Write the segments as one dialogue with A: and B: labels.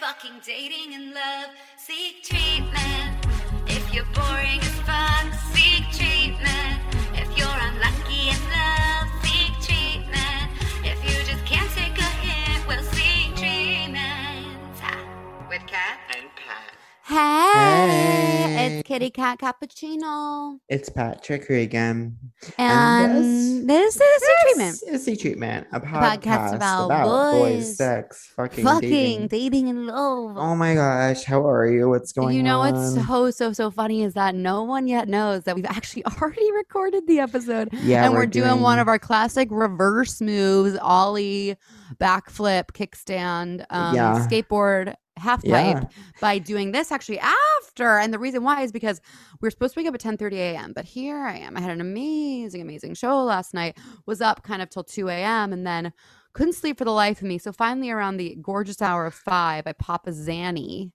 A: talking dating and love. Seek treatment. If you're boring as fun, seek treatment. If you're unlucky in love, seek treatment. If you just can't take a hint, well, seek treatment. Ah, With Cat and Pat.
B: Hey,
C: Hey.
B: it's Kitty Cat Cappuccino.
C: It's Pat Trickery again.
B: And, this, is a treatment.
C: It's the treatment. A podcast,
B: podcast about
C: about, boys,
B: boys
C: sex, fucking,
B: Fucking dating,
C: dating.
B: and love.
C: Oh my gosh, how are you? What's going on?
B: you know what's so so so funny is that no one yet knows that we've actually already recorded the episode
C: yeah,
B: and we're, doing, one of our classic reverse moves ollie backflip kickstand um,
C: Yeah.
B: skateboard half pipe
C: Yeah.
B: by doing this actually after and the reason why is because we are supposed to wake up at ten thirty a.m but here i am i had an amazing amazing show last night was up kind of till 2 a.m and then couldn't sleep for the life of me so finally around the gorgeous hour of five i pop a zanny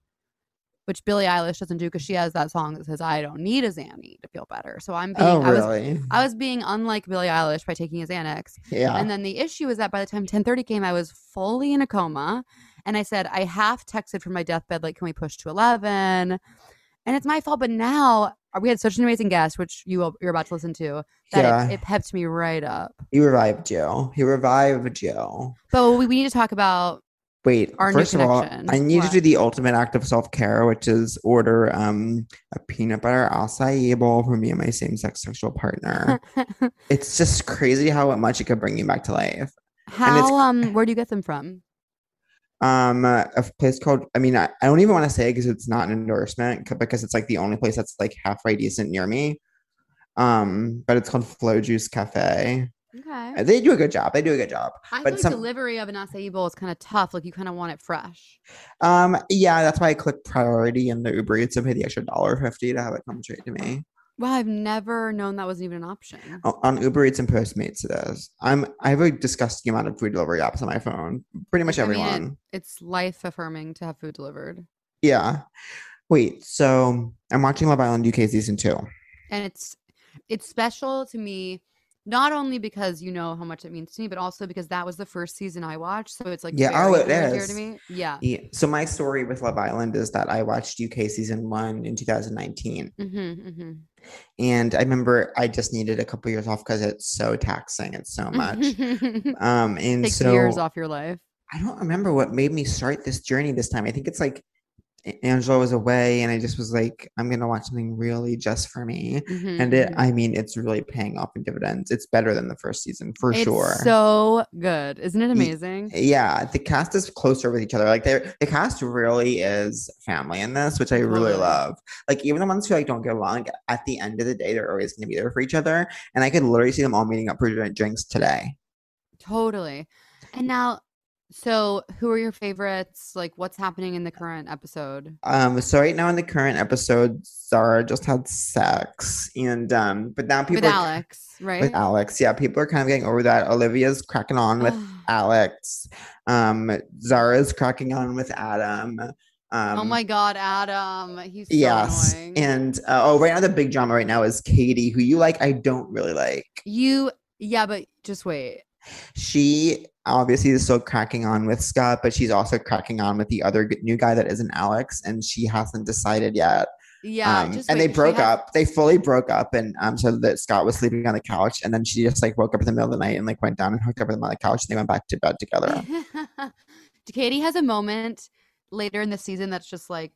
B: which billie eilish doesn't do because she has that song that says i don't need a zanny to feel better so i'm being
C: Oh
B: i was
C: really?
B: I was being unlike Billie Eilish by taking a Xanax.
C: yeah.
B: And then the issue is that by the time 10:30 came, I was fully in a coma, and I said I half texted from my deathbed, like, "Can we push to 11?" And it's my fault. But now uh, we had such an amazing guest, which you will, you're about to listen to, that
C: yeah.
B: it, it pepped me right up.
C: he revived you. He revived you.
B: But we, we need to talk about
C: Wait,
B: Our new
C: first of all,
B: connection.
C: I need
B: What?
C: to do the ultimate act of self care, which is order um a peanut butter acai bowl for me and my same sex sexual partner. it's just crazy how much it could bring you back to life.
B: how um where do you get them from?
C: um uh, a place called i mean i, I don't even want to say because it's not an endorsement c- because it's like the only place that's like halfway decent near me um but it's called flow juice cafe
B: Okay,
C: Uh, they do a good job they do a good job
B: I
C: but
B: feel like
C: some-
B: delivery of an acai bowl is kind of tough. Like you kind of want it fresh.
C: um yeah that's why i click priority in the uber eats and pay the extra dollar fifty to have it come straight to me
B: Wow, I've never known that wasn't even an option.
C: O- on uber eats and postmates it is i'm i have a disgusting amount of food delivery apps on my phone pretty much
B: I mean, it-
C: everyone
B: it's life affirming to have food delivered.
C: yeah wait so i'm watching love island uk season two
B: And it's it's special to me not only because you know how much it means to me, but also because that was the first season I watched. So it's like
C: Yeah, oh,
B: very
C: it
B: near and dear to
C: is.
B: me. Yeah.
C: Yeah. So my story with Love Island is that I watched UK season one in 2019,
B: Mm-hmm, mm-hmm.
C: and I remember I just needed a couple years off because it's so taxing. It's so much. um, and
B: Mm-hmm. Takes
C: so
B: years off your life.
C: I don't remember what made me start this journey this time. I think it's like A- Angela was away, and I just was like, I'm gonna watch something really just for me.
B: Mhm,
C: And it,
B: mhm.
C: I mean, it's really paying off in dividends. It's better than the first season for
B: It's
C: sure.
B: So good. Isn't
C: Ye-
B: it amazing?
C: yeah, the cast is closer with each other. Like they the cast really is family in this, which I really
B: Totally.
C: love. Like even the ones who like don't get along, at the end of the day, they're always gonna be there for each other. And I could literally see them all meeting up for drink- drinks today.
B: Totally. And now so who are your favorites? Like what's happening in the current episode?
C: Um, so right now in the current episode, Zara just had sex, and um, but now people
B: With
C: are-
B: Alex, right?
C: with um, Alex, yeah, people are kind of getting over that. Olivia's cracking on with
B: Ugh.
C: Alex. Um, Zara's cracking on with Adam. Um,
B: oh my god, Adam. He's so
C: yes
B: annoying.
C: and uh, oh right now the big drama right now is katie who you like i don't really like
B: You, yeah, but just wait.
C: she obviously is still cracking on with scott but she's also cracking on with the other g- new guy that isn't alex and she hasn't decided yet
B: Yeah,
C: um,
B: just
C: and
B: wait.
C: they
B: She
C: broke
B: has-
C: up they fully broke up and um so that scott was sleeping on the couch and then she just like woke up in the middle of the night and like went down and hooked up with him on the couch and they went back to bed together
B: Katie has a moment later in the season that's just like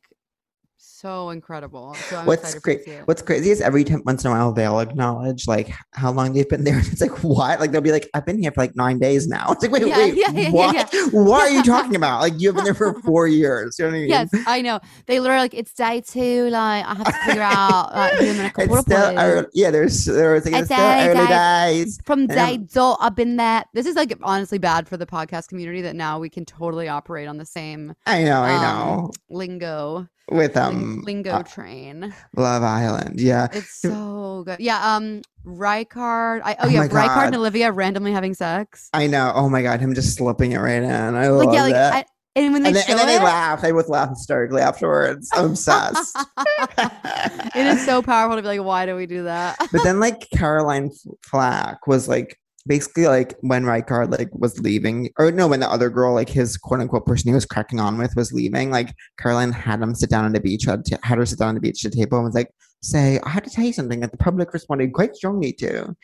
B: so incredible. So I'm
C: What's
B: excited
C: great?
B: For you to see it.
C: What's crazy is every time once in a while they'll acknowledge like h- how long they've been there. It's like what? Like they'll be like, I've been here for like nine days now. It's like wait,
B: Yeah,
C: wait,
B: yeah, yeah, yeah,
C: what?
B: yeah.
C: What are you talking about? Like you've been there for four years. You know what I mean?
B: Yes, I know. They literally like it's day two. Like I have to figure out like, who I'm gonna couple
C: It's
B: up
C: still
B: with.
C: early, yeah. There's there was like
B: I
C: it's still
B: died,
C: early
B: I-
C: days.
B: From
C: Yeah.
B: day two, I've been there. This is like honestly bad for the podcast community that now we can totally operate on the same
C: I know, I
B: um,
C: know.
B: lingo,
C: With
B: ling-
C: um
B: lingo
C: uh,
B: train.
C: Love Island, yeah.
B: It's
C: Who-
B: so good. Yeah. Um, Rykard. I, oh,
C: Oh
B: yeah.
C: my
B: Rykard and
C: God.
B: Olivia randomly having sex.
C: I know. Oh my god, him just slipping it right in. Oh, I love
B: Like, yeah. Like,
C: that.
B: I, and when they
C: and then,
B: show
C: and then
B: it,
C: they laugh. They both laugh hysterically afterwards. I'm obsessed.
B: it is so powerful to be like, why do we do that?
C: but then like Caroline F- Flack was like basically like when Rijkaard like was leaving, or no, when the other girl, like his quote unquote person he was cracking on with, was leaving, like Caroline had him sit down on the beach, had, t- had her sit down on the beach at a table, and was like, "Say, I had to tell you something that the public responded quite strongly to."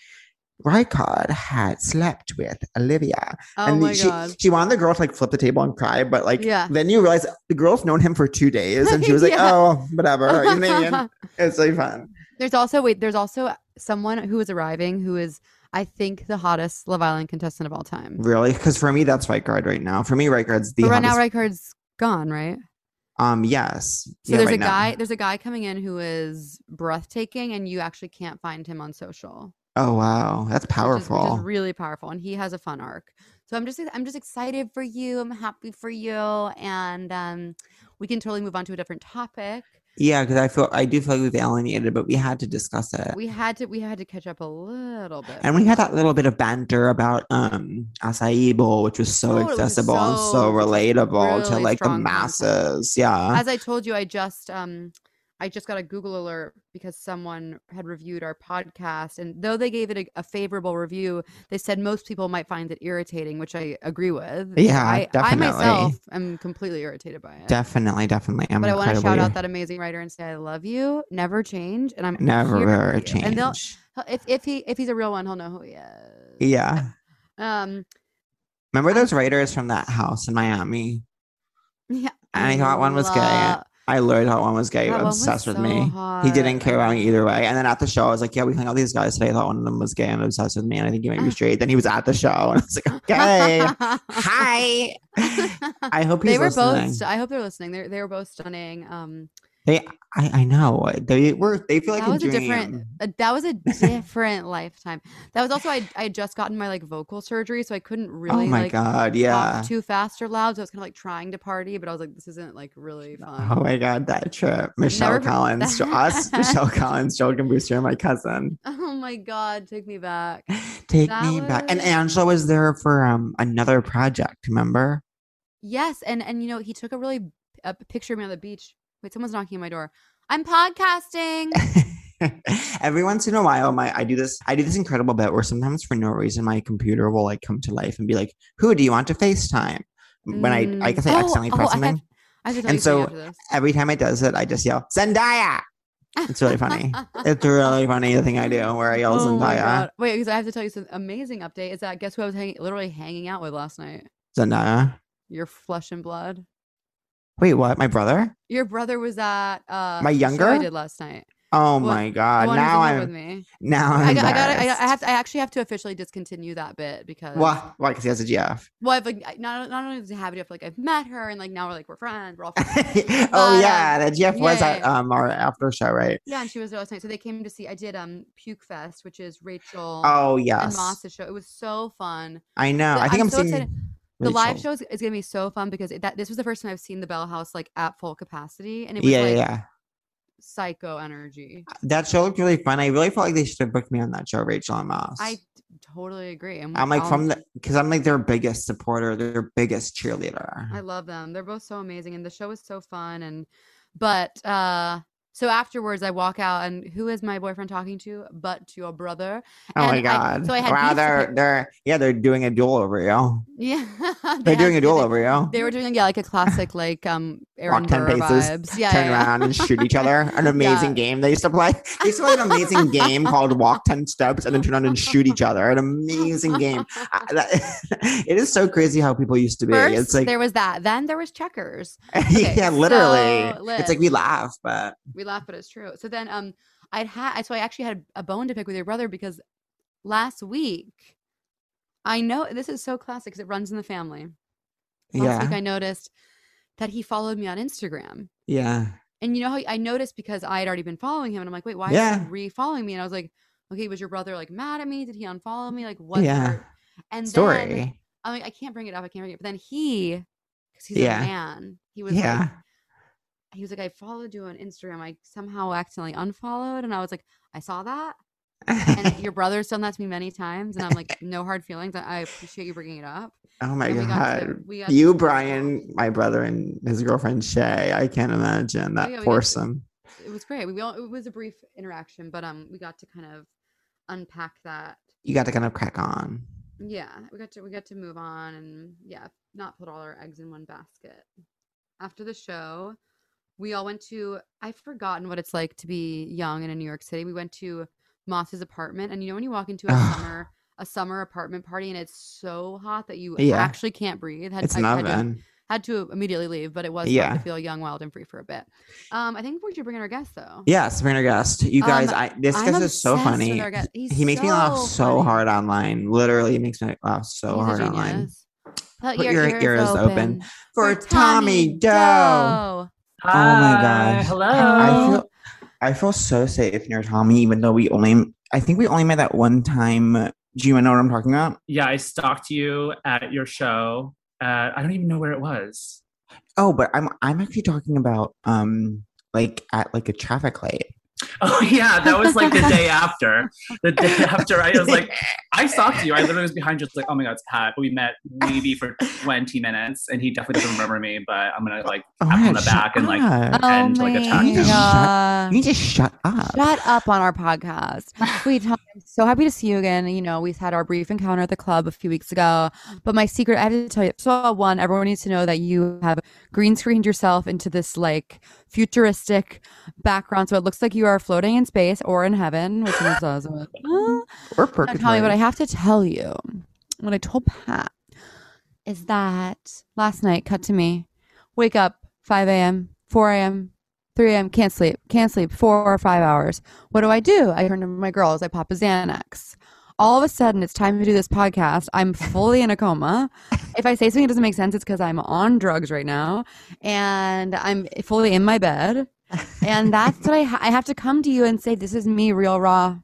C: Rijkaard had slept with Olivia,
B: Oh
C: and
B: my
C: she
B: god.
C: she wanted the girl to like flip the table and cry, but like
B: Yeah.
C: then you realize the girl's known him for two days, and she was like,
B: Yeah.
C: "Oh, whatever." You know what I mean? It's so fun.
B: There's also wait. There's also someone who is arriving who is, I think, the hottest Love Island contestant of all time.
C: Really? Because for me, that's right guard right now. For me, right guard's the
B: but right now,
C: hottest-
B: Rijkaard's gone, right?
C: um yes.
B: So
C: Yeah,
B: there's
C: right
B: a
C: now.
B: guy. There's a guy coming in who is breathtaking, and you actually can't find him on social.
C: Oh wow, that's
B: which is-
C: powerful.
B: which is really powerful, and he has a fun arc. So I'm just I'm just excited for you. I'm happy for you, and um, we can totally move on to a different topic.
C: yeah, because I feel I do feel like we've alienated, but we had to discuss it,
B: We had to we had to catch up a little bit.
C: and we had that little bit of banter about um acai bowl, which was so
B: Totally, which is
C: accessible and
B: Oh, so-
C: so relatable to
B: really
C: like the
B: strong content.
C: masses. Yeah.
B: as I told you, I just um I just got a Google alert because someone had reviewed our podcast, and though they gave it a, a favorable review, they said most people might find it irritating, which I agree with.
C: Yeah,
B: I, I
C: definitely.
B: myself am completely irritated by it.
C: Definitely, definitely. I'm
B: but I want to shout
C: incredibly-
B: out that amazing writer and say I love you, never change, and I'm here
C: never
B: for you."
C: change.
B: And they'll he'll- if if he if he's a real one, he'll know who he is.
C: yeah.
B: Um.
C: Remember those writers from that house in Miami?
B: Yeah.
C: I thought one was gay.
B: lo-
C: I literally thought one was gay.
B: that one was
C: obsessed with
B: so
C: me. He didn't
B: hot.
C: care about me either way. And then at the show, I was like, "Yeah, we hung out with these guys today. I thought one of them was gay and obsessed with me, and I think he might be straight." Then he was at the show, and I was like, "Okay, hi." I hope he's
B: they were
C: listening.
B: both. st- I hope they're listening. They they were both stunning. Um,
C: They, I, I know they were. They feel like
B: that was a
C: dream.
B: different. uh, that was a different lifetime. That was also I I had just gotten my like vocal surgery, so I couldn't really
C: oh my
B: like
C: god! Yeah.
B: talk too fast or loud. So I was kind of like trying to party, but I was like, this isn't like really fun.
C: Oh my god, that trip. Michelle
B: Never-
C: Collins, jo- us, Michelle Collins, Jordan Booster, my cousin.
B: Oh my god, take me back.
C: Take
B: That
C: me back. And
B: was-
C: Angela was there for um another project, remember?
B: Yes, and and you know he took a really a picture of me on the beach. Wait, someone's knocking on my door. I'm podcasting.
C: Every once in a while, my I do this I do this incredible bit where sometimes for no reason my computer will like come to life and be like, "Who do you want to FaceTime?" When I I
B: Mm.
C: guess I
B: Oh,
C: accidentally
B: oh,
C: press
B: I had-
C: something.
B: I have to tell
C: And
B: you something
C: so
B: after this.
C: Every time it does it, I just yell Zendaya. It's really funny. it's really funny the thing I do where I yell
B: Oh my
C: Zendaya.
B: God. Wait, because I have to tell you some amazing update. Is that guess who I was hanging, literally hanging out with last night?
C: Zendaya.
B: Your flesh and blood.
C: Wait, what? My brother?
B: Your brother was at uh,
C: My
B: the show I
C: younger?
B: did last night.
C: Oh
B: What-
C: my
B: The
C: god!
B: one who's
C: Now
B: hanging out
C: I'm
B: with me.
C: now I'm
B: I got. I, got I,
C: embarrassed.
B: I have. To, I actually have to officially discontinue that bit because.
C: Why? Why? Because he has a GF.
B: Well, I've like I- not not only does it have it, like I've met her and like now we're like we're friends. We're all friends.
C: oh
B: um,
C: yeah, the GF was
B: yeah,
C: at
B: yeah.
C: um our after show, right?
B: yeah, and she was there last night. So they came to see. I did um Puke Fest, which is Rachel
C: Oh
B: and
C: yes,
B: Moss's show. It was so fun.
C: I know.
B: But
C: I think
B: I'm
C: I'm,
B: so
C: seeing
B: excited. the live
C: Rachel.
B: show is, is gonna be so fun because it, that this was the first time I've seen the Bell House like at full capacity, and it was
C: Yeah,
B: like
C: yeah, yeah.
B: psycho energy.
C: That show looked really fun. I really felt like they should have booked me on that show, Rachel and Moss.
B: I
C: I,
B: t- totally agree. And
C: am like
B: I'll-
C: from the because I'm like their biggest supporter, their biggest cheerleader.
B: I love them. They're both so amazing, and the show was so fun. And but uh, so afterwards, I walk out, and who is my boyfriend talking to? But to your brother.
C: oh my
B: and I-
C: god!
B: so I had
C: wow,
B: beef with
C: they're
B: her-
C: they're yeah, they're doing a duel over you.
B: Yeah,
C: They're doing a duel
B: over.
C: over you.
B: They were doing yeah, like a classic like um Aaron
C: 10
B: Burr
C: paces,
B: vibes. Yeah,
C: Turn
B: yeah, yeah.
C: around and shoot each other. An
B: Yeah.
C: amazing game they used to play. They used to play an amazing game called Walk 10 Steps and then turn around and shoot each other. An amazing game. I- that- it is so crazy how people used to be.
B: First,
C: it's like,
B: there was that. Then there was checkers. okay,
C: yeah, literally.
B: so
C: it's like we laugh, but
B: we laugh but it's true so then um i'd had so i actually had a bone to pick with your brother because last week i know this is so classic because it runs in the family last
C: yeah.
B: week i noticed that he followed me on instagram
C: yeah.
B: and you know how i noticed because i had already been following him and i'm like wait why is
C: Yeah.
B: he re-following me and i was like okay was your brother like mad at me did he unfollow me like what
C: Yeah.
B: and
C: Story.
B: then, i mean i can't bring it up i can't bring it but then he because he's
C: Yeah.
B: a man he was like
C: yeah.
B: he was like, I followed you on Instagram. I somehow accidentally unfollowed. And I was like, I saw that. And your brother's done that to me many times. And I'm like, no hard feelings. I I appreciate you bringing it up.
C: oh my
B: and we got to-
C: God.
B: we got to
C: You,
B: talk.
C: Brian, my brother, and his girlfriend Shay. I can't imagine
B: Oh, yeah,
C: that
B: we got to-
C: foursome.
B: It was great. We all, it was a brief interaction, but um, we got to kind of unpack that.
C: You got to kind of crack on.
B: Yeah, we got to we got to move on and yeah, not put all our eggs in one basket. After the show, we all went to I've forgotten what it's like to be young and in New York City. We went to Moth's apartment and you know when you walk into a
C: Ugh.
B: summer a summer apartment party and it's so hot that you
C: Yeah.
B: actually can't breathe. Had,
C: It's
B: I
C: an
B: had to-
C: oven.
B: had to immediately leave, but it was fun
C: Yeah.
B: to feel young, wild, and free for a bit. Um, I think we should bring in our guest though.
C: Yes, bring our guest. You
B: Um,
C: guys, I this
B: I'm
C: guest is so
B: obsessed with
C: funny.
B: our guest. He's
C: He makes me laugh
B: so
C: so
B: funny.
C: hard online. Literally, he makes me laugh so
B: He's a
C: hard online.
B: genius. Put,
C: Put
B: your,
C: your
B: ears,
C: ears
B: open.
C: open. For Tommy Doe.
D: Hi.
C: Oh gosh.
D: Hello.
C: I
B: Oh.
C: feel I feel so safe near Tommy, even though we only I think we only met that one time. Do you know what I'm talking about?
D: yeah, I stalked you at your show. At, I don't even know where it was.
C: Oh, but I'm I'm actually talking about um like at like a traffic light.
D: Oh yeah, that was like the day after. The day after, I was like, I stalked you. I literally was behind you, just like, oh my god, it's Pat. We met maybe for 20 minutes, and he definitely doesn't remember me. But I'm gonna like
C: Oh
D: tap
C: my
D: him on
C: God,
D: the
C: shut
D: back and like
C: up.
B: Oh
D: and, like, attack
B: my
C: him.
B: god.
C: you need to shut up.
B: Um, Shut up on our podcast. We Tom, I'm so happy to see you again. You know, we've had our brief encounter at the club a few weeks ago. But my secret, I have to tell you, so one, everyone needs to know that you have green screened yourself into this like futuristic background. So it looks like you are floating in space or in heaven, which is awesome.
C: or
B: Now,
C: purgatory.
B: Tommy, what I have to tell you, what I told Pat is that last night, cut to me, wake up 5 a.m., 4 a.m., 3 a.m., can't sleep, can't sleep, four or five hours. What do I do? I turn to my girls, I pop a Xanax. All of a sudden, it's time to do this podcast. I'm fully in a coma. If I say something that doesn't make sense, it's because I'm on drugs right now and I'm fully in my bed. And that's what I, ha- I have to come to you and say, This is me, real raw.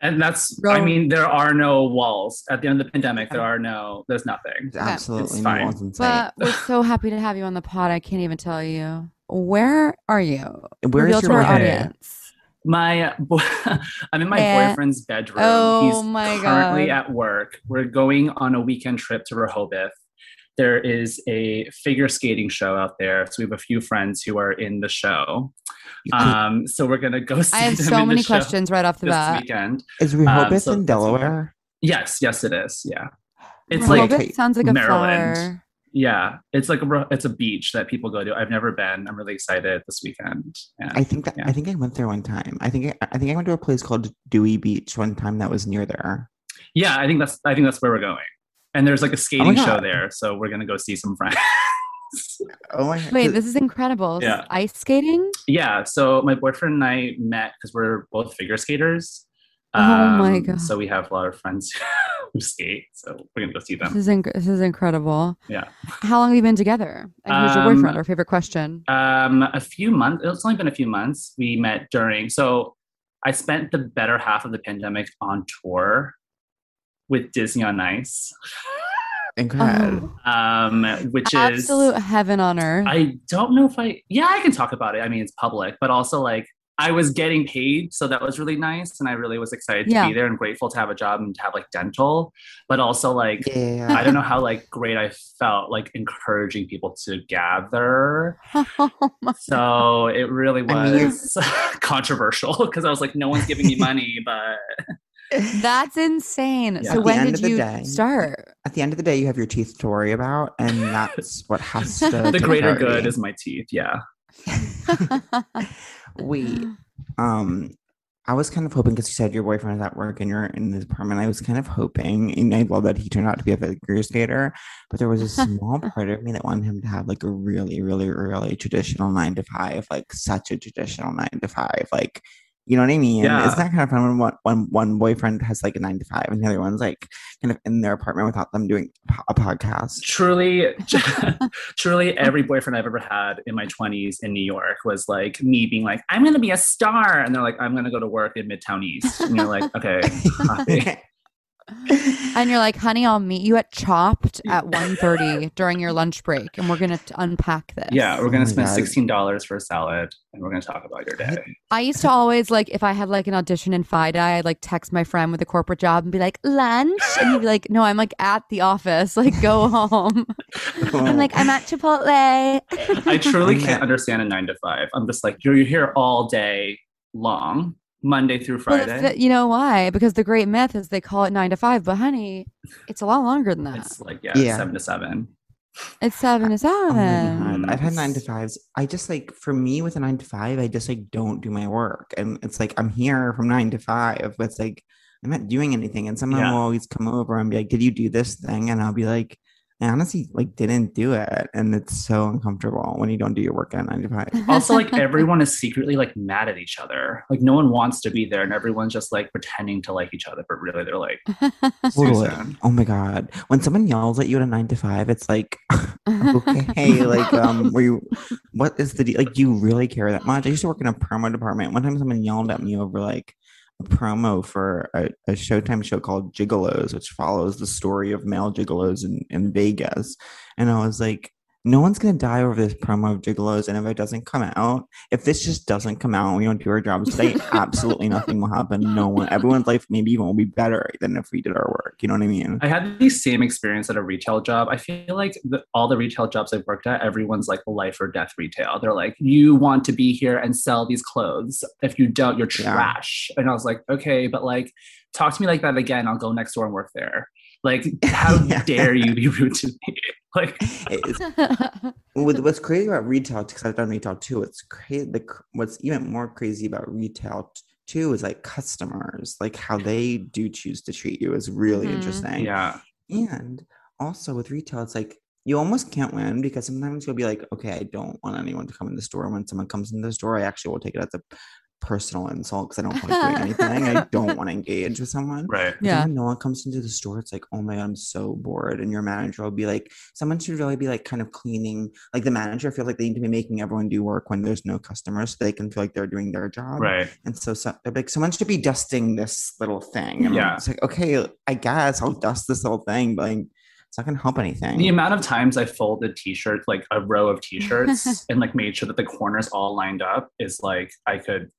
D: And that's, I
B: Bro.
D: mean, there are no walls at the end of the pandemic. There are no, there's nothing.
C: There's absolutely
D: It's
C: no
D: fine.
C: one's in sight.
B: But we're so happy to have you on the pod. I can't even tell you. Where are you?
C: Where
B: Reveal
C: is
B: to
C: your
B: our
D: boyfriend?
B: audience.
D: My, bo- I'm in my
B: Eh.
D: boyfriend's bedroom.
B: Oh my
D: He's currently
B: God.
D: at work. We're going on a weekend trip to Rehoboth. There is a figure skating show out there, so we have a few friends who are in the show.
C: You keep-
D: Um, so we're gonna go see
B: I have
D: them
B: so
D: in
B: many
D: the show
B: questions right off the
D: this
B: bat.
D: weekend.
C: is Rehoboth
D: um, so
C: in
D: that's okay.
C: Delaware?
D: Yes, yes, it is. Yeah, it's
B: Well,
D: like
C: Rehoboth?
B: that sounds like a
D: Maryland.
B: flower.
D: yeah, it's like a ro- it's a beach that people go to. I've never been. I'm really excited this weekend. And
C: I think that
D: Yeah.
C: I think I went there one time. I think I, I think I went to a place called Dewey Beach one time that was near there.
D: yeah, I think that's I think that's where we're going. And there's like a
B: Oh
D: skating show
C: God.
D: there, so we're gonna go see some friends.
C: Oh my
B: Wait, this is incredible. This is
D: Yeah.
B: Ice skating?
D: Yeah, so my boyfriend and I met because we're both figure skaters.
B: Oh my
D: Um,
B: God.
D: So we have a lot of friends who skate. So we're gonna go see
B: This
D: them.
B: is, inc- this is incredible.
D: Yeah.
B: How long have you been together? And who's your
D: Um,
B: boyfriend? Our favorite question.
D: Um, a few months. It's only been a few months. We met during. So I spent the better half of the pandemic on tour with Disney on Ice,
C: incredible.
D: um, uh, which
B: Oh, Absolute
D: is
B: heaven on
C: Mm-hmm.
B: earth.
D: I don't know if I. Yeah, I can talk about it. I mean, it's public, but also like. I was getting paid, so that was really nice, and I really was excited to
B: Yeah.
D: be there and grateful to have a job and to have like dental, but also like
C: yeah.
D: I don't know how like great I felt like encouraging people to gather. So it really
C: I mean, you're-
D: was controversial because I was like, no one's giving me money, but
B: That's insane.
D: Yeah.
B: So
C: At the
B: when
C: end
B: did
C: of the
B: you
C: day-
B: start?
C: At the end of the day, you have your teeth to worry about, and that's what has to.
D: the
C: take
D: greater
C: priority.
D: good is my teeth. Yeah.
C: Wait, um, I was kind of hoping because you said your boyfriend is at work and you're in his apartment. I was kind of hoping, and I love that he turned out to be a figure skater, but there was a small part of me that wanted him to have like a really, really, really traditional nine to five, like such a traditional nine to five, like. You know what I mean?
D: Yeah.
C: Isn't that kind of fun when one, when one boyfriend has like a nine to five and the other one's like kind of in their apartment without them doing a po- a podcast?
D: Truly, truly every boyfriend I've ever had in my 20s in New York was like me being like, I'm going to be a star. And they're like, I'm going to go to work in Midtown East. And you're like, okay. copy."
B: And you're like, honey, I'll meet you at Chopped at 1.30 during your lunch break, and we're gonna t- unpack this.
D: Yeah, we're
C: Oh my
D: gonna spend
C: God.
D: sixteen dollars for a salad, and we're gonna talk about your day.
B: I used to always like if I had like an audition in FIDA, I'd like text my friend with a corporate job and be like, lunch, and he'd be like, no, I'm like at the office, like go home.
C: Oh.
B: I'm like, I'm at Chipotle.
D: I truly
C: Okay.
D: can't understand a nine to five. I'm just like, you're, you're here all day long. Monday through
B: Well,
D: Friday.
B: th- you know why? Because the great myth is they call it nine to five, but honey, it's a lot longer than that. It's,
D: it's like yeah,
C: Yeah.
D: seven to seven.
B: seven to
C: Oh
B: seven.
C: my god! I've had
D: Mm.
C: nine to fives. I just like for me with a nine to five, I just like don't do my work, and it's like I'm here from nine to five, but it's like I'm not doing anything. And someone
D: Yeah.
C: will always come over and be like, "Did you do this thing?" And I'll be like, "I honestly like didn't do it," and it's so uncomfortable when you don't do your work at nine to five.
D: Also, like everyone is secretly like mad at each other. Like no one wants to be there, and everyone's just like pretending to like each other, but really they're like
C: Totally.
D: Susan.
C: Oh my god! When someone yells at you at a nine to five, it's like, okay, like um, were you? What is the de- like? You really care that much? I used to work in a promo department. One time, someone yelled at me over like a promo for a, a Showtime show called Gigolos, which follows the story of male gigolos in, in Vegas, and I was like. No one's gonna die over this promo of Gigolos, and if it doesn't come out, if this just doesn't come out, and we don't do our jobs today. absolutely nothing will happen. No one, everyone's life maybe even will be better than if we did our work. You know what I mean?
D: I had the same experience at a retail job. I feel like the, all the retail jobs I've worked at, everyone's like life or death retail. They're like, you want to be here and sell these clothes. If you don't, you're
C: Yeah.
D: trash. And I was like, okay, but like, talk to me like that again. I'll go next door and work there. Like, how
C: Yeah.
D: dare you be rude to me? Like,
C: It's- With, what's crazy about retail, because I've done retail too, it's crazy. The, cr- what's even more crazy about retail t- too is like customers, like how they do choose to treat you is really
B: Mhm.
C: interesting.
D: yeah,
C: And also with retail, it's like you almost can't win because sometimes you'll be like, okay, I don't want anyone to come in the store. When someone comes in the store, I actually will take it as a personal insult because I don't like doing anything. I don't want to engage with someone.
D: right.
C: But then
B: yeah.
C: when no one comes into the store, it's like, oh my god, I'm so bored. And your manager will be like, someone should really be like kind of cleaning. Like the manager feels like they need to be making everyone do work when there's no customers, so they can feel like they're doing their job.
D: Right.
C: And so, so they're like, someone should be dusting this little thing. And
D: Yeah.
C: yeah. It's like, okay, I guess I'll dust this little thing, but like, it's not gonna help anything.
D: The amount of times I folded t-shirts, like a row of t-shirts, and like made sure that the corners all lined up is like I could.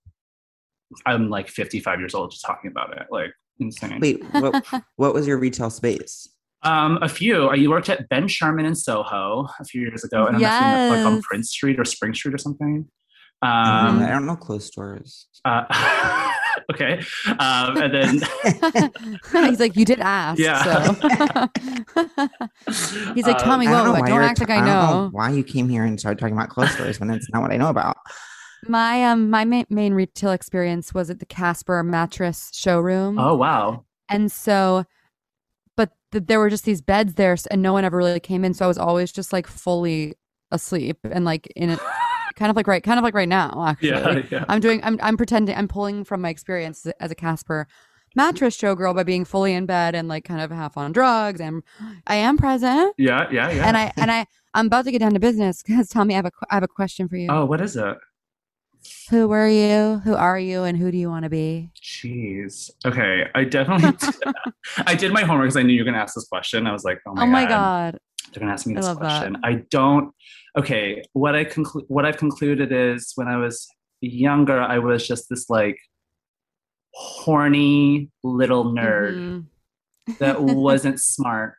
D: I'm like 55 years old just talking about it, like insane.
C: Wait, what, what was your retail space?
D: Um, a few. Uh, You worked at Ben Sherman in Soho a few years ago, and I'm like on
B: Yes.
D: Prince Street or Spring Street or something.
C: I don't know. I
D: Um,
C: don't know closed stores.
B: Mm-hmm.
D: uh, okay, um, and then
B: He's like, you did ask.
D: Yeah.
B: So. He's like,
D: uh,
B: Tommy,
C: I
B: whoa,
C: why
B: don't,
C: you're
B: act
C: t-
B: like I
C: don't
B: know.
C: why you came here and started talking about closed stores when it's not what I know about.
B: My um, my ma- main retail experience was at the Casper mattress showroom.
D: Oh wow,
B: And so, but th- there were just these beds there, s- and no one ever really came in. So I was always just like fully asleep and like in it, kind of like right, kind of like right now. Actually,
D: yeah, yeah.
B: I'm doing, I'm, I'm pretending, I'm pulling from my experience as- as a Casper mattress showgirl by being fully in bed and like kind of half on drugs. And I am present,
D: Yeah, yeah, yeah.
B: and I, and I, I'm about to get down to business because Tommy, I have a, qu- I have a question for you.
D: oh, what is it?
B: Who were you? Who are you? And who do you want to be?
D: Jeez. Okay, I definitely. I did my homework because I knew you were going to ask this question. I was like, oh my,
B: oh my god.
D: they're gonna ask me
B: I
D: this
B: love that.
D: question. I don't. Okay, what I conclu- what I've concluded is when I was younger, I was just this like horny little nerd
B: Mhm.
D: that wasn't smart,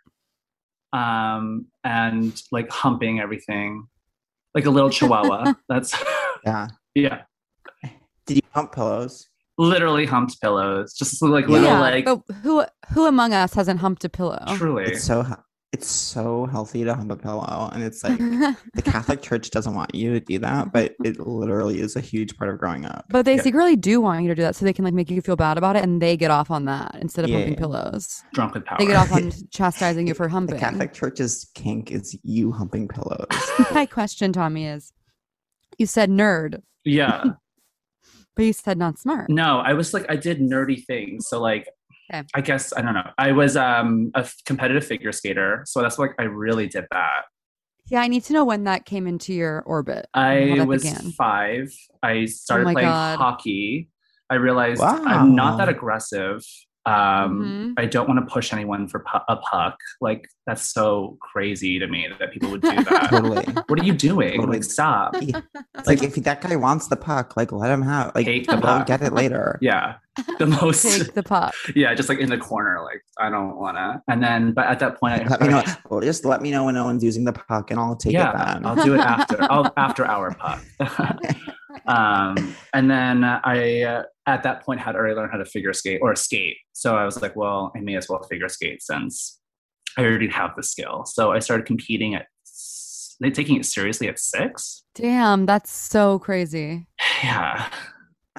D: um, and like humping everything, like a little chihuahua. That's
C: Yeah.
D: yeah,
C: Did you pump pillows?
D: literally humped pillows, just like
C: Yeah,
D: little like
B: but oh, who who among us hasn't humped a pillow?
D: truly.
C: It's so he- it's so healthy to hump a pillow, and it's like the Catholic Church doesn't want you to do that, but it literally is a huge part of growing up.
B: but they
D: Yeah.
B: secretly do want you to do that, so they can like make you feel bad about it, and they get off on that instead of humping
C: Yeah.
B: pillows.
D: Drunk with power.
B: They get off on chastising you for
C: The
B: humping.
C: Catholic Church's kink is you humping pillows.
B: My question, Tommy, is: you said nerd,
D: yeah.
B: but you said not smart.
D: No, I was like I did nerdy things. So like
B: Okay.
D: I guess I don't know. I was um a f- competitive figure skater, so that's like I really did that.
B: Yeah, I need to know when that came into your orbit. and how
D: I
B: that
D: was
B: began. Oh
D: 5. I started
B: my
D: playing
B: God.
D: hockey. I realized I'm not that
C: Wow.
D: aggressive. Um
B: Mhm.
D: I don't want to push anyone for pu- a puck. Like that's so crazy to me that people would do that.
C: totally.
D: what are you doing?
C: Totally.
D: Like stop.
C: Yeah. It's like, if that guy wants the puck, like let him have. Like
D: Take the
C: they'll
D: puck.
C: get it later.
D: Yeah. The most
B: Take the pop.
D: yeah, just like in the corner like I don't want to. And then but at that point I
C: Let me know. Well, just let me know when no one's using the puck, and I'll take
D: yeah,
C: it then.
D: I'll do it after. I'll after our puck. um, and then I, uh, at that point, had already learned how to figure skate or skate. So I was like, well, I may as well figure skate since I already have the skill. So I started competing at, s- like, taking it seriously at six.
B: Damn, that's so crazy.
D: Yeah.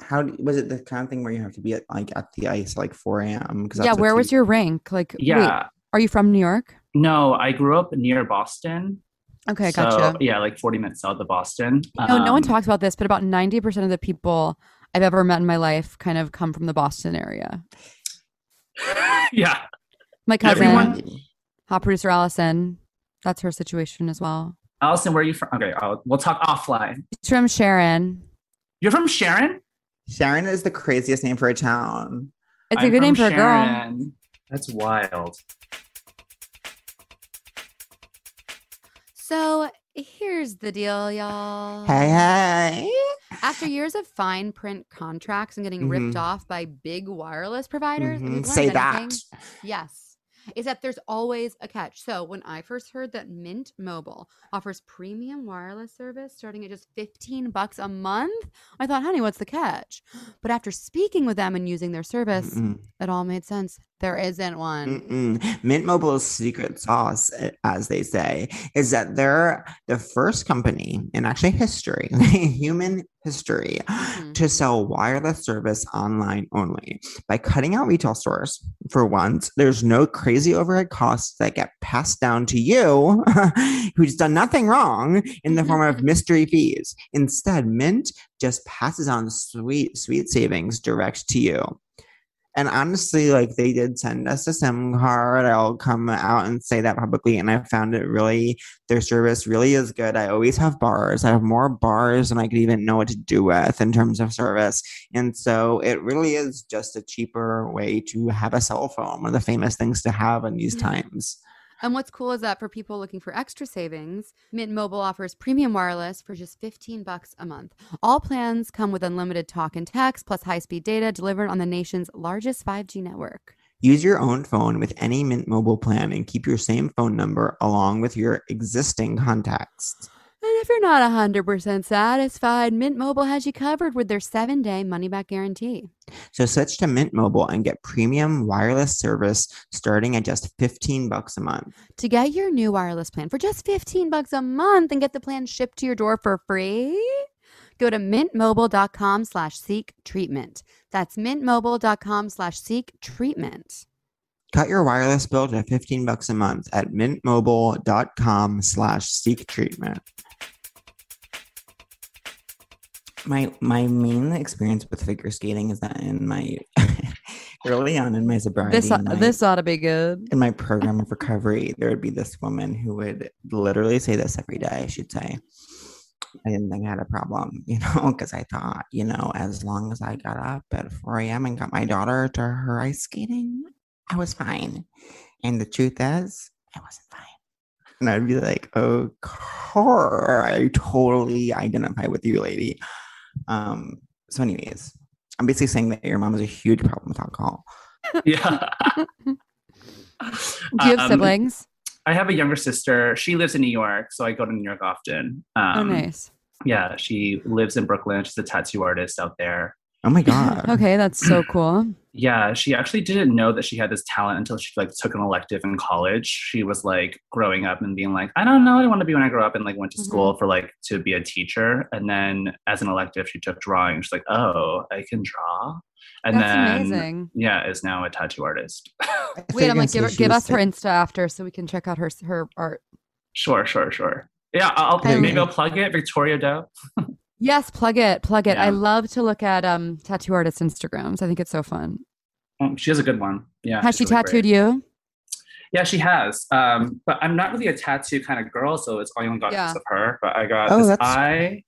C: How do, was it the kind of thing where you have to be at like at the ice like 4 a.m.? Because
B: yeah, where was your rank? Like, wait,
D: Yeah.
B: are you from New York?
D: No, I grew up near Boston.
B: Okay,
D: so,
B: gotcha.
D: Yeah, like 40 minutes south of Boston.
B: No, no one
D: Um,
B: talks about this, but about 90% of the people I've ever met in my life kind of come from the Boston area.
D: yeah.
B: My cousin,
D: Everyone-
B: hot producer Allison, that's her situation as well.
D: Allison, where are you from? Okay, I'll, we'll talk offline.
B: She's from Sharon.
D: You're from Sharon?
C: Sharon is the craziest name for a town.
B: It's a
D: I'm
B: good name
D: from
B: for a girl.
D: Sharon. That's wild.
B: So here's the deal, y'all.
C: Hey, hey.
B: After years of fine print contracts and getting ripped off by big wireless providers, if
C: Mhm,
B: you've learned
C: Mm-hmm. Say that.
B: anything- Yes. Is that there's always a catch. So when I first heard that Mint Mobile offers premium wireless service starting at just 15 bucks a month, I thought, honey, what's the catch? But after speaking with them and using their service,
C: Mm-mm, Mm.
B: it all made sense. There isn't one.
C: Mm-hmm. mm-mm. Mint Mobile's secret sauce, eh, as they say, is that they're the first company in actually history, human history,
B: Mhm.
C: to sell wireless service online only. By cutting out retail stores for once, there's no crazy overhead costs that get passed down to you, who's done nothing wrong, in the form of mystery fees. Instead, Mint just passes on sweet, sweet savings direct to you. And honestly, like they did send us a SIM card. I'll come out and say that publicly. And I found it really, their service really is good. I always have bars. I have more bars than I could even know what to do with in terms of service. And so it really is just a cheaper way to have a cell phone, one of the famous things to have in these
B: Mhm.
C: times.
B: And what's cool is that for people looking for extra savings, Mint Mobile offers premium wireless for just 15 bucks a month. All plans come with unlimited talk and text plus high-speed data delivered on the nation's largest 5G network.
C: Use your own phone with any Mint mobile plan and keep your same phone number along with your existing contacts.
B: And if you're not 100% satisfied, Mint Mobile has you covered with their 7-day money-back guarantee.
C: So switch to Mint Mobile and get premium wireless service starting at just 15 bucks a month.
B: To get your new wireless plan for just 15 bucks a month and get the plan shipped to your door for free, go to mintmobile.com slash seek treatment. That's mintmobile.com slash seek treatment.
C: Cut your wireless bill to 15 bucks a month at mintmobile.com slash seek treatment. My my main experience with figure skating is that in my early on in my sobriety,
B: This, uh,
C: my-
B: this ought to be good.
C: in my program of recovery, there would be this woman who would literally say this every day. She'd say, I didn't think I had a problem, you know, because I thought, you know, as long as I got up at 4 a.m. and got my daughter to her ice skating, I was fine. And the truth is, I wasn't fine. And I'd be like, oh, car, I totally identify with you, lady. Um, so, anyways, I'm basically saying that your mom is a huge problem with alcohol.
D: Yeah.
B: Do you have
D: Um,
B: siblings?
D: I have a younger sister. She lives in New York, so I go to New York often. Um,
B: oh, nice.
D: Yeah, she lives in Brooklyn. She's a tattoo artist out there.
C: Oh my
D: um,
C: God.
B: okay, that's so cool.
D: Yeah, she actually didn't know that she had this talent until she like took an elective in college. She was like growing up and being like, I don't know what I want to be when I grow up and like went to
B: Mhm.
D: school for like to be a teacher. And then as an elective, she took drawing. She's like, Oh, I can draw. And
B: that's
D: then
B: amazing.
D: yeah, is now a tattoo artist.
C: I thought you
B: Wait,
C: were
B: I'm
C: gonna
B: like,
C: say
B: give, her,
C: she
B: give
C: was
B: us her
C: sick.
B: Insta after so we can check out her her art.
D: sure, sure, sure. Yeah, I'll
B: I
D: maybe I'll
C: love-
D: plug it. Victoria Doe.
B: Yes, plug it, plug it. I
D: Yeah.
B: love to look at um tattoo artists' Instagrams. I think it's so fun.
D: Um, She has a good one. Yeah.
B: Has she
D: she's really great.
B: tattooed you?
D: Yeah, she has. Um, but I'm not really a tattoo kind of girl, so it's only got
B: Yeah.
D: this of her. But I got
C: Oh,
D: this
C: that's-
D: eye,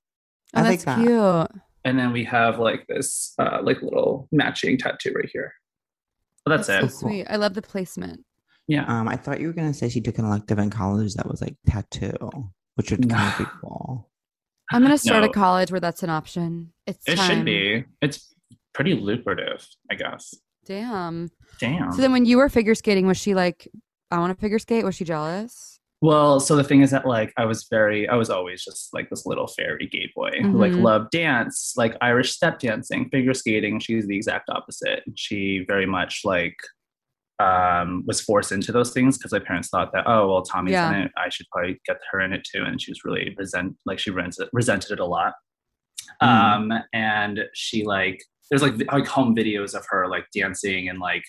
B: Oh,
C: I like
B: that's
C: that.
B: cute.
D: and then we have like this uh, like little matching tattoo right here. But that's, it.
B: so sweet. I love the placement.
D: Yeah.
C: Um, I thought you were gonna say she took an elective in college that was like tattoo, which would kind of be cool.
B: I'm gonna start a
D: No.
B: college where that's an option. It's
D: It
B: time.
D: should be. It's pretty lucrative, I guess.
B: Damn.
D: Damn. Um,
B: So then, when you were figure skating, was she like, "I want to figure skate"? Was she jealous?
D: Well, so the thing is that like I was very I was always just like this little fairy gay boy who like
B: Mhm.
D: loved dance, like Irish step dancing, figure skating. She's the exact opposite. She very much like um was forced into those things because my parents thought that oh well Tommy's
B: Yeah.
D: in it I should probably get her in it too and she was really resent like she resented resented it a lot um and she like there's like vi- like home videos of her like dancing and like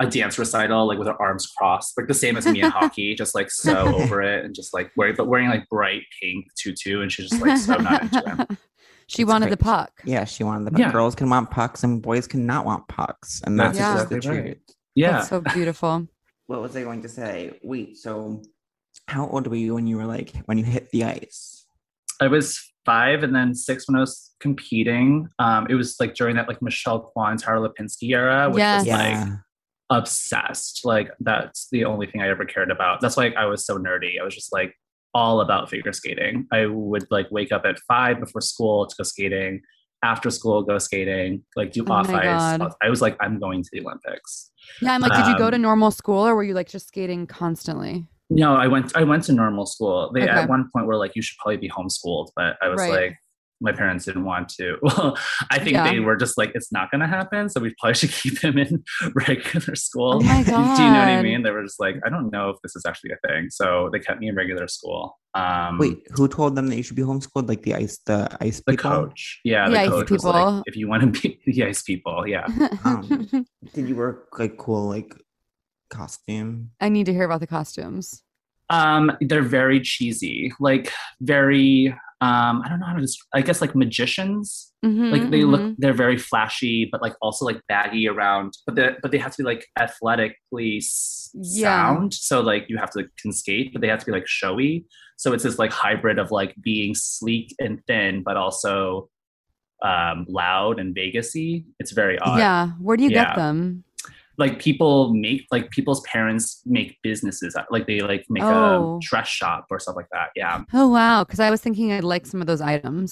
D: a dance recital like with her arms crossed like the same as me in hockey just like so over it and just like wearing but wearing like bright pink tutu and she's just like so not into it
B: she
C: It's
B: wanted the
C: great.
B: puck.
C: Yeah, she wanted the puck.
D: Yeah.
C: Girls can want pucks and boys can not want pucks. And that's
D: That's
C: just the
D: exactly right.
C: truth.
D: yeah
B: That's so beautiful.
C: What was I going to say? Wait, so how old were you when you were like, when you hit the ice?
D: I was five and then six when I was competing um it was like during that like Michelle Kwan Tara Lipinski era which was
B: Yes.
D: like obsessed. Like that's the only thing I ever cared about. That's why I was so nerdy. I was just like all about figure skating. I would like wake up at five before school to go skating. After school, go skating. Like do
B: Oh
D: off
B: my
D: ice.
B: God.
D: I was like, I'm going to the Olympics.
B: Yeah, I'm like, did you go to
D: Um,
B: normal school or were you like just skating constantly?
D: No, I went. I went to normal school. They
B: Okay.
D: at one point were like, you should probably be homeschooled, but I was
B: Right.
D: like. My parents didn't want to. Well, I think
B: Yeah.
D: they were just like, it's not going to happen. So we probably should keep him in regular school.
B: Oh my god.
D: Do you know what I mean? They were just like, I don't know if this is actually a thing. So they kept me in regular school. Um,
C: Wait, who told them that you should be homeschooled? Like the ice, the ice
D: the
C: people?
D: coach. Yeah,
B: The
D: the,
B: ice
D: coach was like,
B: people.
D: if you want to be the ice people, yeah.
C: Um, Did you wear like cool like costume?
B: I need to hear about the costumes.
D: Um, they're very cheesy, like very, um, I don't know how to, describe, I guess like magicians.
B: Mm-hmm,
D: Like they look, they're very flashy, but like also like baggy around, but they but they have to be like athletically s-
B: Yeah.
D: sound. So like you have to can skate, but they have to be like showy. So it's this like hybrid of like being sleek and thin, but also um, loud and Vegasy. It's very odd.
B: Yeah. Where do you
D: Yeah.
B: get them?
D: Like people make like people's parents make businesses like they like make
B: Oh.
D: a dress shop or stuff like that. Yeah,
B: Oh wow, because I was thinking I'd like some of those items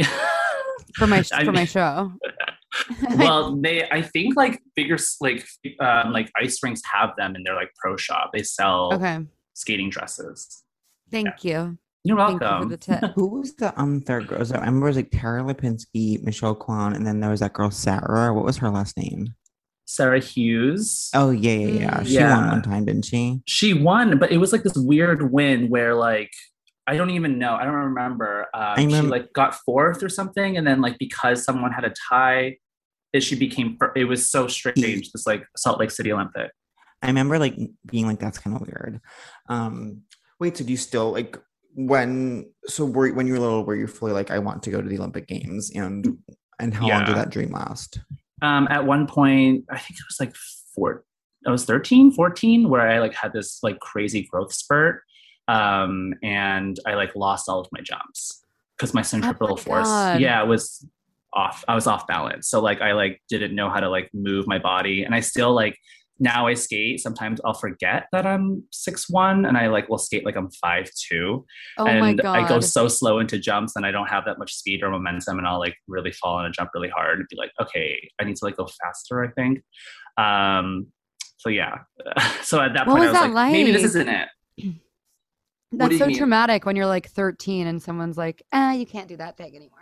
D: yeah.
B: for my
D: I
B: for my
D: mean-
B: show.
D: well they i think like bigger s- like um like ice rinks have them in their like pro shop they sell
B: okay,
D: skating dresses
B: thank you.
D: you're
B: Thank you for
D: welcome
B: the tip.
C: Who was the um third girl? So I remember it was like Tara Lipinski, Michelle Kwan, and then there was that girl Sarah. What was her last name?
D: sarah hughes
C: Oh yeah, yeah, yeah.
B: Mm.
C: She won
D: Yeah.
C: one time, didn't she?
D: she won but it was like this weird win where like i don't even know i don't remember um,
C: I
D: she
C: remem-
D: like got fourth or something and then like because someone had a tie it she became fir- it was so strange this like salt lake city olympic
C: I remember like being like, that's kind of weird. Um, wait, so do you still like when? So were when you were little, were you fully like, I want to go to the Olympic Games, and and how long did
D: Yeah.
C: that dream last?
D: um, at one point i think it was like four i was 13 14 where i like had this like crazy growth spurt um, and i like lost all of my jumps because my centripetal force
B: God.
D: yeah was off i was off balance so like i like didn't know how to like move my body and i still like now i skate sometimes i'll forget that i'm 6'1 and i like will skate like i'm 5'2
B: Oh
D: and
B: my god.
D: I go so slow into jumps and I don't have that much speed or momentum and I'll like really fall and jump really hard and be like, okay, I need to like go faster, I think. Um so yeah. so at that
B: What
D: point I
B: was
D: was
B: that
D: like, maybe this
B: like?
D: isn't it. what do
B: That's
D: you
B: so
D: mean?
B: traumatic when you're like 13 and someone's like, "Ah, you can't do that thing anymore."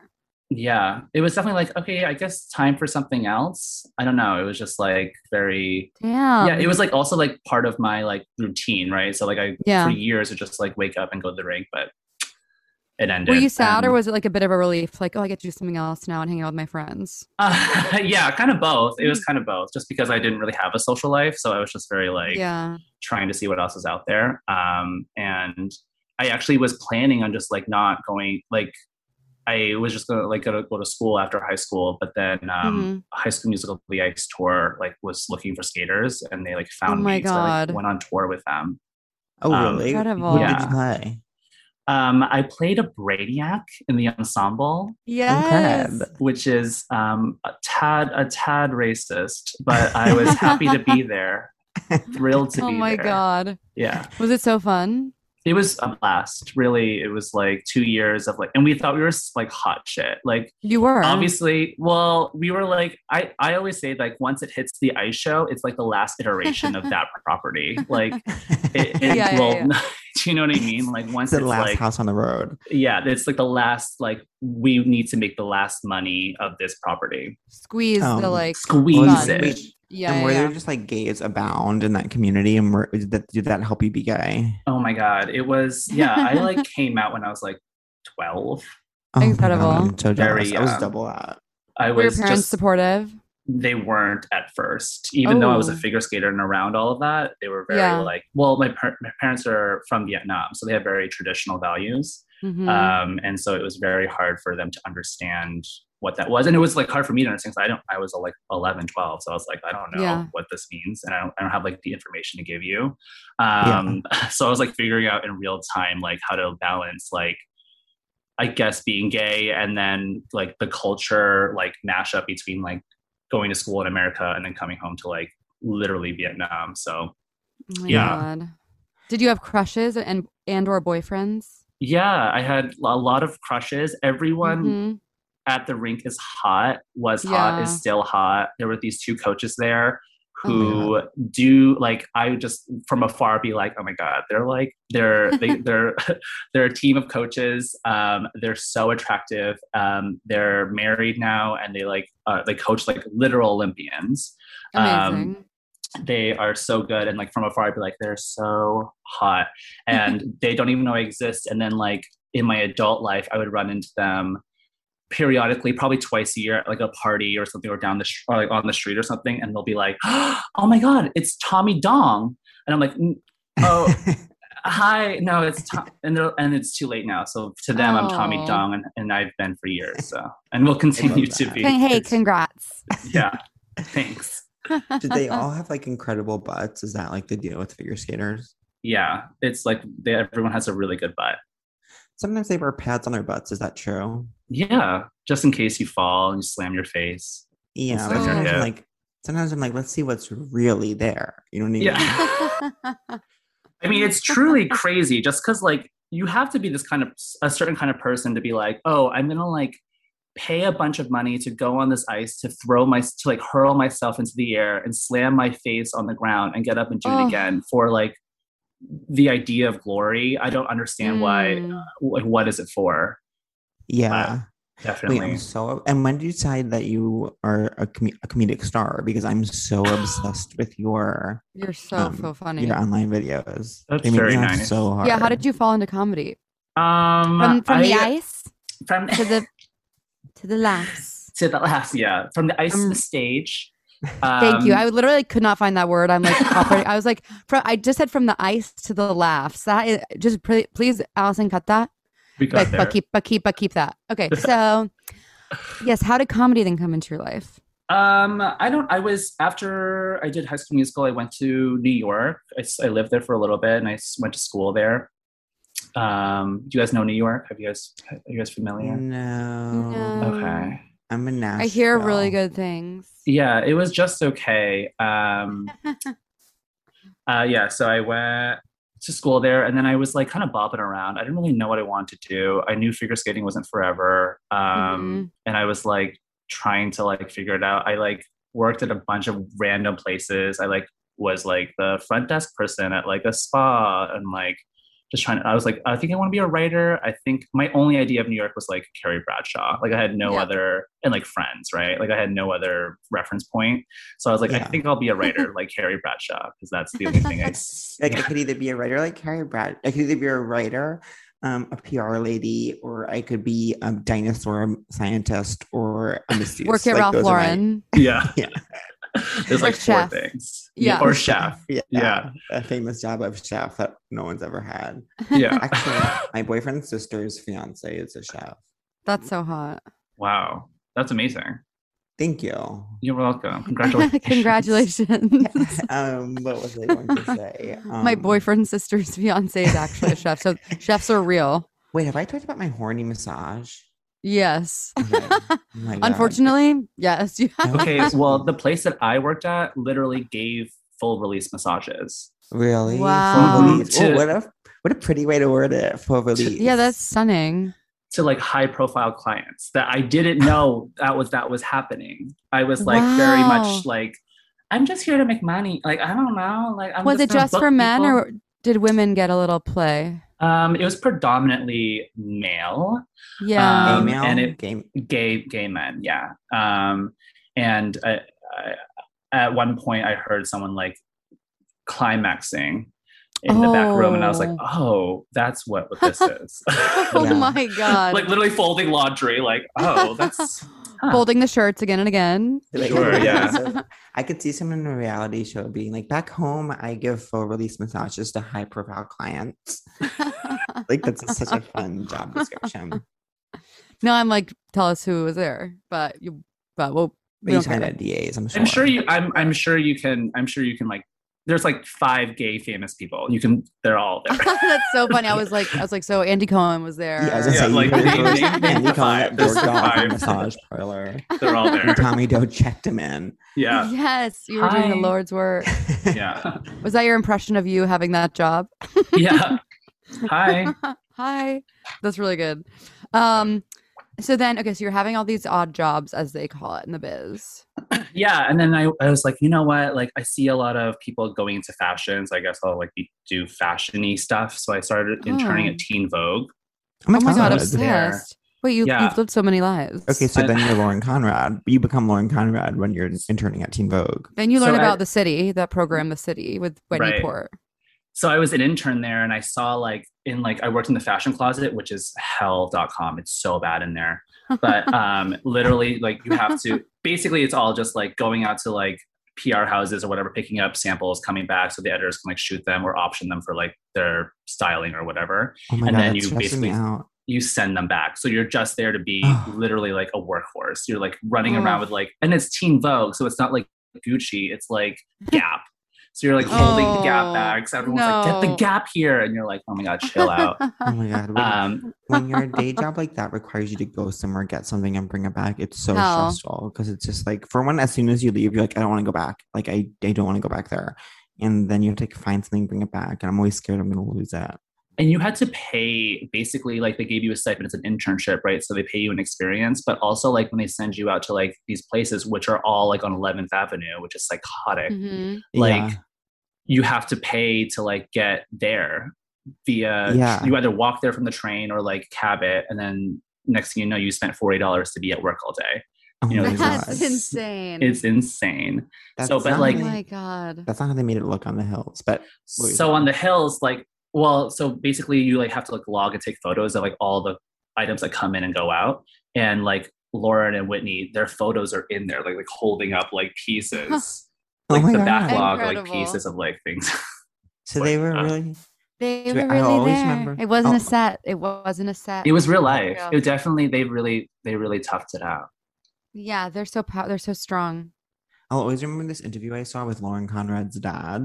D: Yeah. It was definitely like, okay, I guess time for something else. I don't know. It was just like very
B: Damn.
D: yeah, it was like also like part of my like routine, right? So like I
B: Yeah.
D: for years would just like wake up and go to the rink, but it ended.
B: Were you sad or
D: and-
B: was it like a bit of a relief? Like, oh, I get to do something else now and hang out with my friends.
D: Uh, yeah, kind of both. It
B: Mm.
D: was kind of both, just because I didn't really have a social life, so I was just very like
B: yeah.
D: trying to see what else is out there. Um, and I actually was planning on just like not going. Like, I was just gonna like gonna go to school after high school, but then
B: Mm-hmm.
D: um, High School Musical: The Ice Tour like was looking for skaters, and they like found
B: Oh my
D: me, so I
B: God.
D: like, went on tour with them.
C: Oh
D: Um,
C: really?
B: Incredible.
C: Who did
D: Yeah.
C: you play?
D: Um, I played a Brainiac in the ensemble.
B: Yes.
C: Incredible.
D: which is um, a tad a tad racist, but I was happy to be there, thrilled to
B: Oh
D: be
B: my
D: there.
B: god.
D: Yeah,
B: Was it so fun?
D: it was a blast. Really, it was like two years of like, and we thought we were like hot shit. Like,
B: You were
D: obviously, well, we were like, I, I always say like once it hits the ice show, it's like the last iteration of that property. Like, it, it
B: Yeah, yeah,
D: will.
B: yeah.
D: Do you know what I mean? Like once
C: It's the
D: it's
C: last
D: like,
C: house on the road.
D: yeah, it's like the last. Like we need to make the last money of this property.
B: squeezed the
C: Um,
B: like.
D: Squeeze
B: sponge.
C: Well,
D: it.
B: Yeah,
C: and
B: yeah,
C: were
B: yeah.
C: there just like gays abound in that community? And were, did, that, did that help you be gay?
D: Oh my god, it was. Yeah, I like came out when I was like twelve.
C: Oh my God,
B: Incredible.
C: I'm so
D: Very,
C: jealous. I was
D: um,
C: double that.
D: I
B: Were your
D: was
B: parents
D: just
B: supportive?
D: they weren't at first, even though I was
B: Oh.
D: a figure skater and around all of that. They were very
B: Yeah.
D: like, well, my, par- my parents are from Vietnam, so they have very traditional values,
B: Mhm.
D: um, and so it was very hard for them to understand what that was, and it was like hard for me to understand. 'cause I don't, I was like 11, 12, so I was like, I don't know
B: Yeah.
D: what this means, and I don't, I don't have like the information to give you. Um, So I was like figuring out in real time like how to balance like I guess being gay and then like the culture like mashup between like going to school in America and then coming home to like literally Vietnam. So
B: Oh my
D: yeah.
B: God. Did you have crushes and and or boyfriends?
D: yeah, I had a lot of crushes. Everyone
B: Mhm.
D: at the rink is hot, was hot,
B: Yeah.
D: is still hot. There were these two coaches there
B: Oh my
D: who do like I would just from afar be like, oh my god, they're like they're they, they're they're a team of coaches. Um, they're so attractive. Um, they're married now, and they like uh, they coach like literal Olympians. um,
B: Mm-hmm. Amazing.
D: They are so good, and like from afar, I'd be like, they're so hot, and they don't even know I exist. And then like in my adult life, I would run into them periodically, probably twice a year at like a party or something, or down the sh- or like on the street or something, and they'll be like, "Oh my god, it's Tommy Dong," and I'm like, "N- "Oh, hi, no, it's Tom," and they're, and it's too late now. So to them, I'm Tommy
B: Oh.
D: Dong, and, and I've been for years, so and will continue to
C: that.
D: be.
B: Con- hey,
D: It's-
B: congrats.
D: yeah, thanks.
C: did they all have like incredible butts? Is that like the deal with figure skaters?
D: Yeah, it's like they, everyone has a really good butt.
C: Sometimes they wear pads on their butts. Is that true?
D: Yeah, just in case you fall and you slam your face.
C: Yeah.
D: It's
C: but
B: like
C: sometimes
D: their
C: I'm
D: hip.
C: like, sometimes I'm like, let's see what's really there. You know what I mean?
D: Yeah. I mean, it's truly crazy just because, like, you have to be this kind of a certain kind of person to be like, oh, I'm gonna like pay a bunch of money to go on this ice to throw my to like hurl myself into the air and slam my face on the ground and get up and do
B: Oh.
D: it again for like the idea of glory. I don't understand why.
B: Mm.
D: Like, what is it for?
C: Yeah.
D: Definitely.
C: Wait, I'm so. And when did you decide that you are a, com- a comedic star? Because I'm so obsessed with your
B: You're so
C: Um,
B: so funny.
C: your
B: Yeah.
C: online videos.
D: That's
C: they make
D: very
C: me laugh
D: nice.
C: so hard.
B: how did you fall into comedy?
D: um,
B: From from the
D: I-
B: ice
D: from
B: to the to the laughs.
D: to the last, yeah, from the ice to
B: Um,
D: the stage.
B: Thank you.
D: Um,
B: I would literally could not find that word. I'm like, operating. I was like, from, I just said from the ice to the laughs. That is, just pre- please, Allison, cut that.
D: we got
B: but,
D: there.
B: but keep, but keep, but keep that. Okay, so yes, how did comedy then come into your life?
D: Um, I don't. I was after I did High School Musical. I went to New York. I, s- I lived there for a little bit, and I s- went to school there. Um, do you guys know New York? Have you guys are you guys
B: Mm,
D: familiar?
C: No.
B: No.
D: Okay.
C: I'm in Nashville.
B: I hear really good things.
D: Yeah, it was just okay. Um, uh, yeah, so I went to school there, and then I was like kind of bopping around. I didn't really know what I wanted to do. I knew figure skating wasn't forever, um, and I was like trying to like figure it out. I like worked at a bunch of random places. I like was like the front desk person at like a spa, and like just trying. I was like, I think I want to be a writer. I think my only idea of New York was like Carrie Bradshaw. Like I had no
B: Yeah.
D: other and like friends, right? Like I had no other reference point. So I was like, I
C: Yeah.
D: think I'll be a writer like Carrie Bradshaw because that's the only thing I. s-
C: Like I could either be a writer like Carrie Brad. I could either be a writer, um, a PR lady, or I could be a dinosaur scientist or a masseuse.
B: Work at
C: Like,
B: Ralph
C: those are my-
B: Lauren.
D: yeah.
C: Yeah.
D: There's
B: Or
D: like four
B: chef.
D: things.
B: Yeah.
D: Or chef.
C: Yeah.
D: Yeah.
C: A famous job of chef that no one's ever had.
D: Yeah.
C: Actually, my boyfriend's sister's fiance is a chef.
B: That's so hot.
D: wow. That's amazing.
C: Thank you.
D: You're welcome. Congratulations.
B: Congratulations.
C: Um, what was I going to say? Um,
B: My boyfriend's sister's fiance is actually a chef, so chefs are real.
C: Wait, have I talked about my horny massage?
B: Yes.
C: Okay. Oh my God.
B: Unfortunately, yes. you-
C: Oh,
D: Okay. Well, the place that I worked at literally gave full release massages.
C: Really? Full
B: Wow.
C: release. Well,
D: To-
C: what if What a pretty way to word it for release.
B: Yeah, that's stunning.
D: to like high profile clients that I didn't know that was that was happening. I was like very
B: Wow.
D: much like I'm just here to make money. Like I don't know. Like I'm
B: was it
D: gonna
B: just
D: book
B: for men
D: people.
B: or did women get a little play?
D: um it was predominantly male,
B: Yeah.
D: Um,
C: Email,
D: and it-
C: game.
D: gay gay men, yeah. Um and I, I, at one point I heard someone like climaxing in the back room and I was like, "Oh, that's what what this is."
B: oh
C: yeah.
B: my god.
D: like literally folding laundry like, "Oh, that's huh.
B: Folding the shirts again and again.
C: Like,
D: Sure,
C: okay,
D: yeah.
C: so I could see someone in a reality show being like, back home, I give full release massages to high profile clients. Like, that's such a fun job description.
B: no, I'm like, tell us who was there, but you, but well,
C: But
B: we
C: you
B: don't
C: signed
B: care.
C: NDAs, I'm sure.
D: I'm sure you. I'm. I'm sure you can. I'm sure you can. Like, there's like five gay famous people. You can. They're all there.
B: That's so funny. I was like, I was like, so Andy Cohen was there.
C: Yeah, I was gonna
D: Yeah,
C: say,
D: like,
C: you
B: name-
C: really
B: name- name
C: Andy
D: the
C: Cohen at
D: five. There's
C: Borgdorf
D: the five.
C: Massage Parlor.
D: They're all there.
C: And Tommy Doe checked him in.
D: Yeah.
B: Yes, you were doing the
D: Hi.
B: Lord's work.
D: Yeah.
B: Was that your impression of you having that job?
D: Yeah. Hi.
B: Hi. That's really good. Um, so then, okay, so you're having all these odd jobs, as they call it in the biz.
D: Yeah. And then I, I was like, you know what? Like, I see a lot of people going into fashion. So I guess I'll like be, do fashiony stuff. So I started interning
B: Oh.
D: at Teen Vogue.
B: Oh my god,
D: God.
B: obsessed. Wait, you
D: Yeah.
B: you've lived so many lives.
C: Okay, so
D: I-
C: then you're Lauren Conrad. You become Lauren Conrad when you're interning at Teen Vogue.
B: Then you
D: So
B: learn
D: I-
B: about the city, that program, the city with Wendy
D: Right.
B: Port.
D: So I was an intern there, and I saw like in like I worked in the fashion closet, which is hell.com. It's so bad in there. but um literally like you have to basically it's all just like going out to like PR houses or whatever, picking up samples, coming back so the editors can like shoot them or option them for like their styling or whatever.
C: Oh my
D: And
C: god,
D: then
C: that's
D: you
C: stressing me
D: basically-
C: out.
D: You send them back. So you're just there to be
C: Oh.
D: literally like a workhorse. You're like running
B: Oh.
D: around with like, and it's Teen Vogue. So it's not like Gucci, it's like Gap. So you're like holding the
B: Oh,
D: Gap bags. Everyone's like, get
B: no.
D: the Gap here. And you're like, oh my God, chill out.
C: Oh my god. When,
D: Um,
C: when your day job like that requires you to go somewhere, get something, and bring it back, it's so
B: Hell.
C: stressful because it's just like for one, as soon as you leave, you're like, I don't want to go back. Like I, I don't want to go back there. And then you have to like, find something, bring it back, and I'm always scared I'm gonna lose it.
D: and you had to pay basically like they gave you a stipend it's an internship right so they pay you an experience but also like when they send you out to like these places which are all like on 11th avenue which is psychotic
B: Mhm.
D: Like, you have to pay to like get there via
C: Yeah.
D: you either walk there from the train or like cab it and then next thing you know you spent $40 to be at work all day
C: oh
D: you know,
C: my
D: there's
C: god,
D: not-
B: That's insane.
D: it's insane
C: That's
D: so, but,
C: not
D: like-
B: oh
C: how
B: my
C: they-
B: god.
C: that's not how they made it look on the hills. But What was
D: so
C: that?
D: on the hills like well so basically you like have to like log and take photos of like all the items that come in and go out and like lauren and whitney their photos are in there like like holding up like pieces like
C: oh my
D: the
C: god,
D: backlog like
B: Incredible.
D: pieces of like things
C: so they were
D: uh,
C: really.
B: They
C: Do
B: were
C: I
B: really
C: always
B: there.
C: remember-
B: It wasn't a
C: Oh.
B: set. It wasn't a set.
D: it was real life
B: Yeah.
D: it definitely they really they really toughed it out
B: yeah, they're so pow- they're so strong.
C: I'll always remember this interview I saw with Lauren Conrad's dad,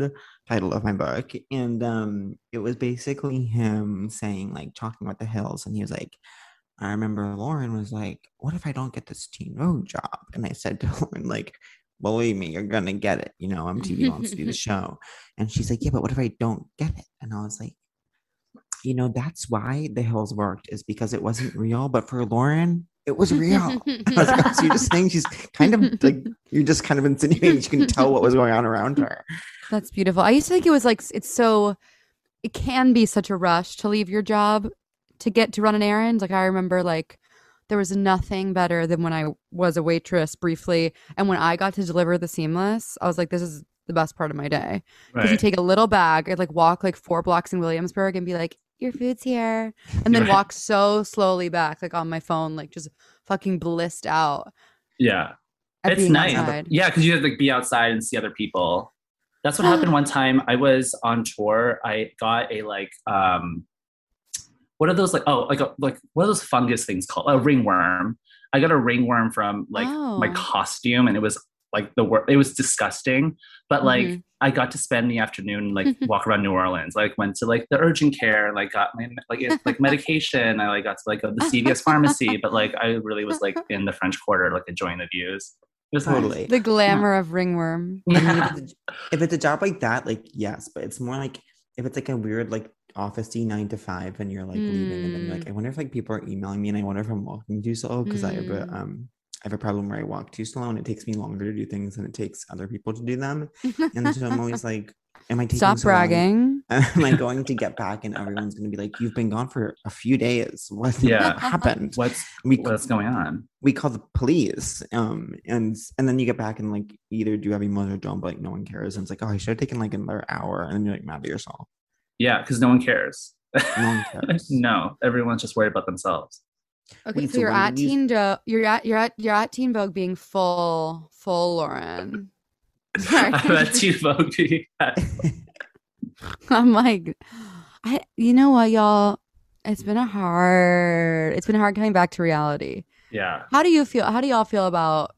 C: title of my book. And um, it was basically him saying, like, talking about the hills. And he was like, I remember Lauren was like, What if I don't get this Teen Vogue job? And I said to Lauren, like, believe me, you're going to get it. You know, MTV wants to do the show. And she's like, Yeah, but what if I don't get it? And I was like, You know, that's why the hills worked, is because it wasn't real. But for Lauren, it was real. I was like, "Oh, so you're just saying she's kind of like you're just kind of insinuating she can tell what was going on around her.
B: That's beautiful. I used to think it was like s- it's so it can be such a rush to leave your job to get to run an errand. Like I remember like there was nothing better than when I was a waitress briefly and when I got to deliver the seamless, I was like this is the best part of my day. Cuz you take a little bag and like walk like four blocks in Williamsburg and be like your food's here and then
D: Right.
B: walk so slowly back like on my phone like just fucking blissed out
D: yeah
B: at
D: it's
B: being
D: nice.
B: outside.
D: Yeah, because you have to like, be outside and see other people. That's what happened one time. I was on tour. I got a like um what are those like oh like a, like what are those fungus things called? A ringworm. I got a ringworm from like my
B: Oh.
D: costume and it was like the wor- it was disgusting. But like
B: Mhm.
D: I got to spend the afternoon like walk around New Orleans. Like went to like the urgent care, like got my like it's like medication. I like got to like go to the CVS pharmacy, but like I really was like in the French Quarter, like enjoying the views. It was nice.
C: Totally.
B: The glamour of ringworm.
C: I mean, if, it's a, if it's a job like that, like yes, but it's more like if it's like a weird like officey nine to five and you're like leaving and then
B: Mm.
C: you're like, I wonder if like people are emailing me and I wonder if I'm walking too slow because I have a
B: Mm.
C: um I have a problem where I walk too slow and it takes me longer to do things than it takes other people to do them. And so I'm always like, Am I taking
D: um,
B: Stop
C: so long?
B: bragging.
C: Am I going to get back and everyone's gonna be like, You've been gone for a few days. What
D: Yeah.
C: happened?
D: What's
C: We
D: what's going on?
C: we call the police um and and then you get back and like either do have emails or don't but like no one cares and it's like oh i should have taken like another hour and then you're like mad at yourself
D: Yeah, because no one cares.
C: no one cares
D: no, everyone's just worried about themselves.
B: Okay,
C: Wait,
B: so
C: so
B: you're
C: when
B: at
C: you-
B: Teen Do- you're at you're at you're at Teen Vogue being full full Lauren. Sorry.
D: I'm at Teen Vogue being at-
B: I'm like, I you know what, y'all? It's been a hard it's been hard coming back to reality.
D: Yeah.
B: How do you feel how do y'all feel about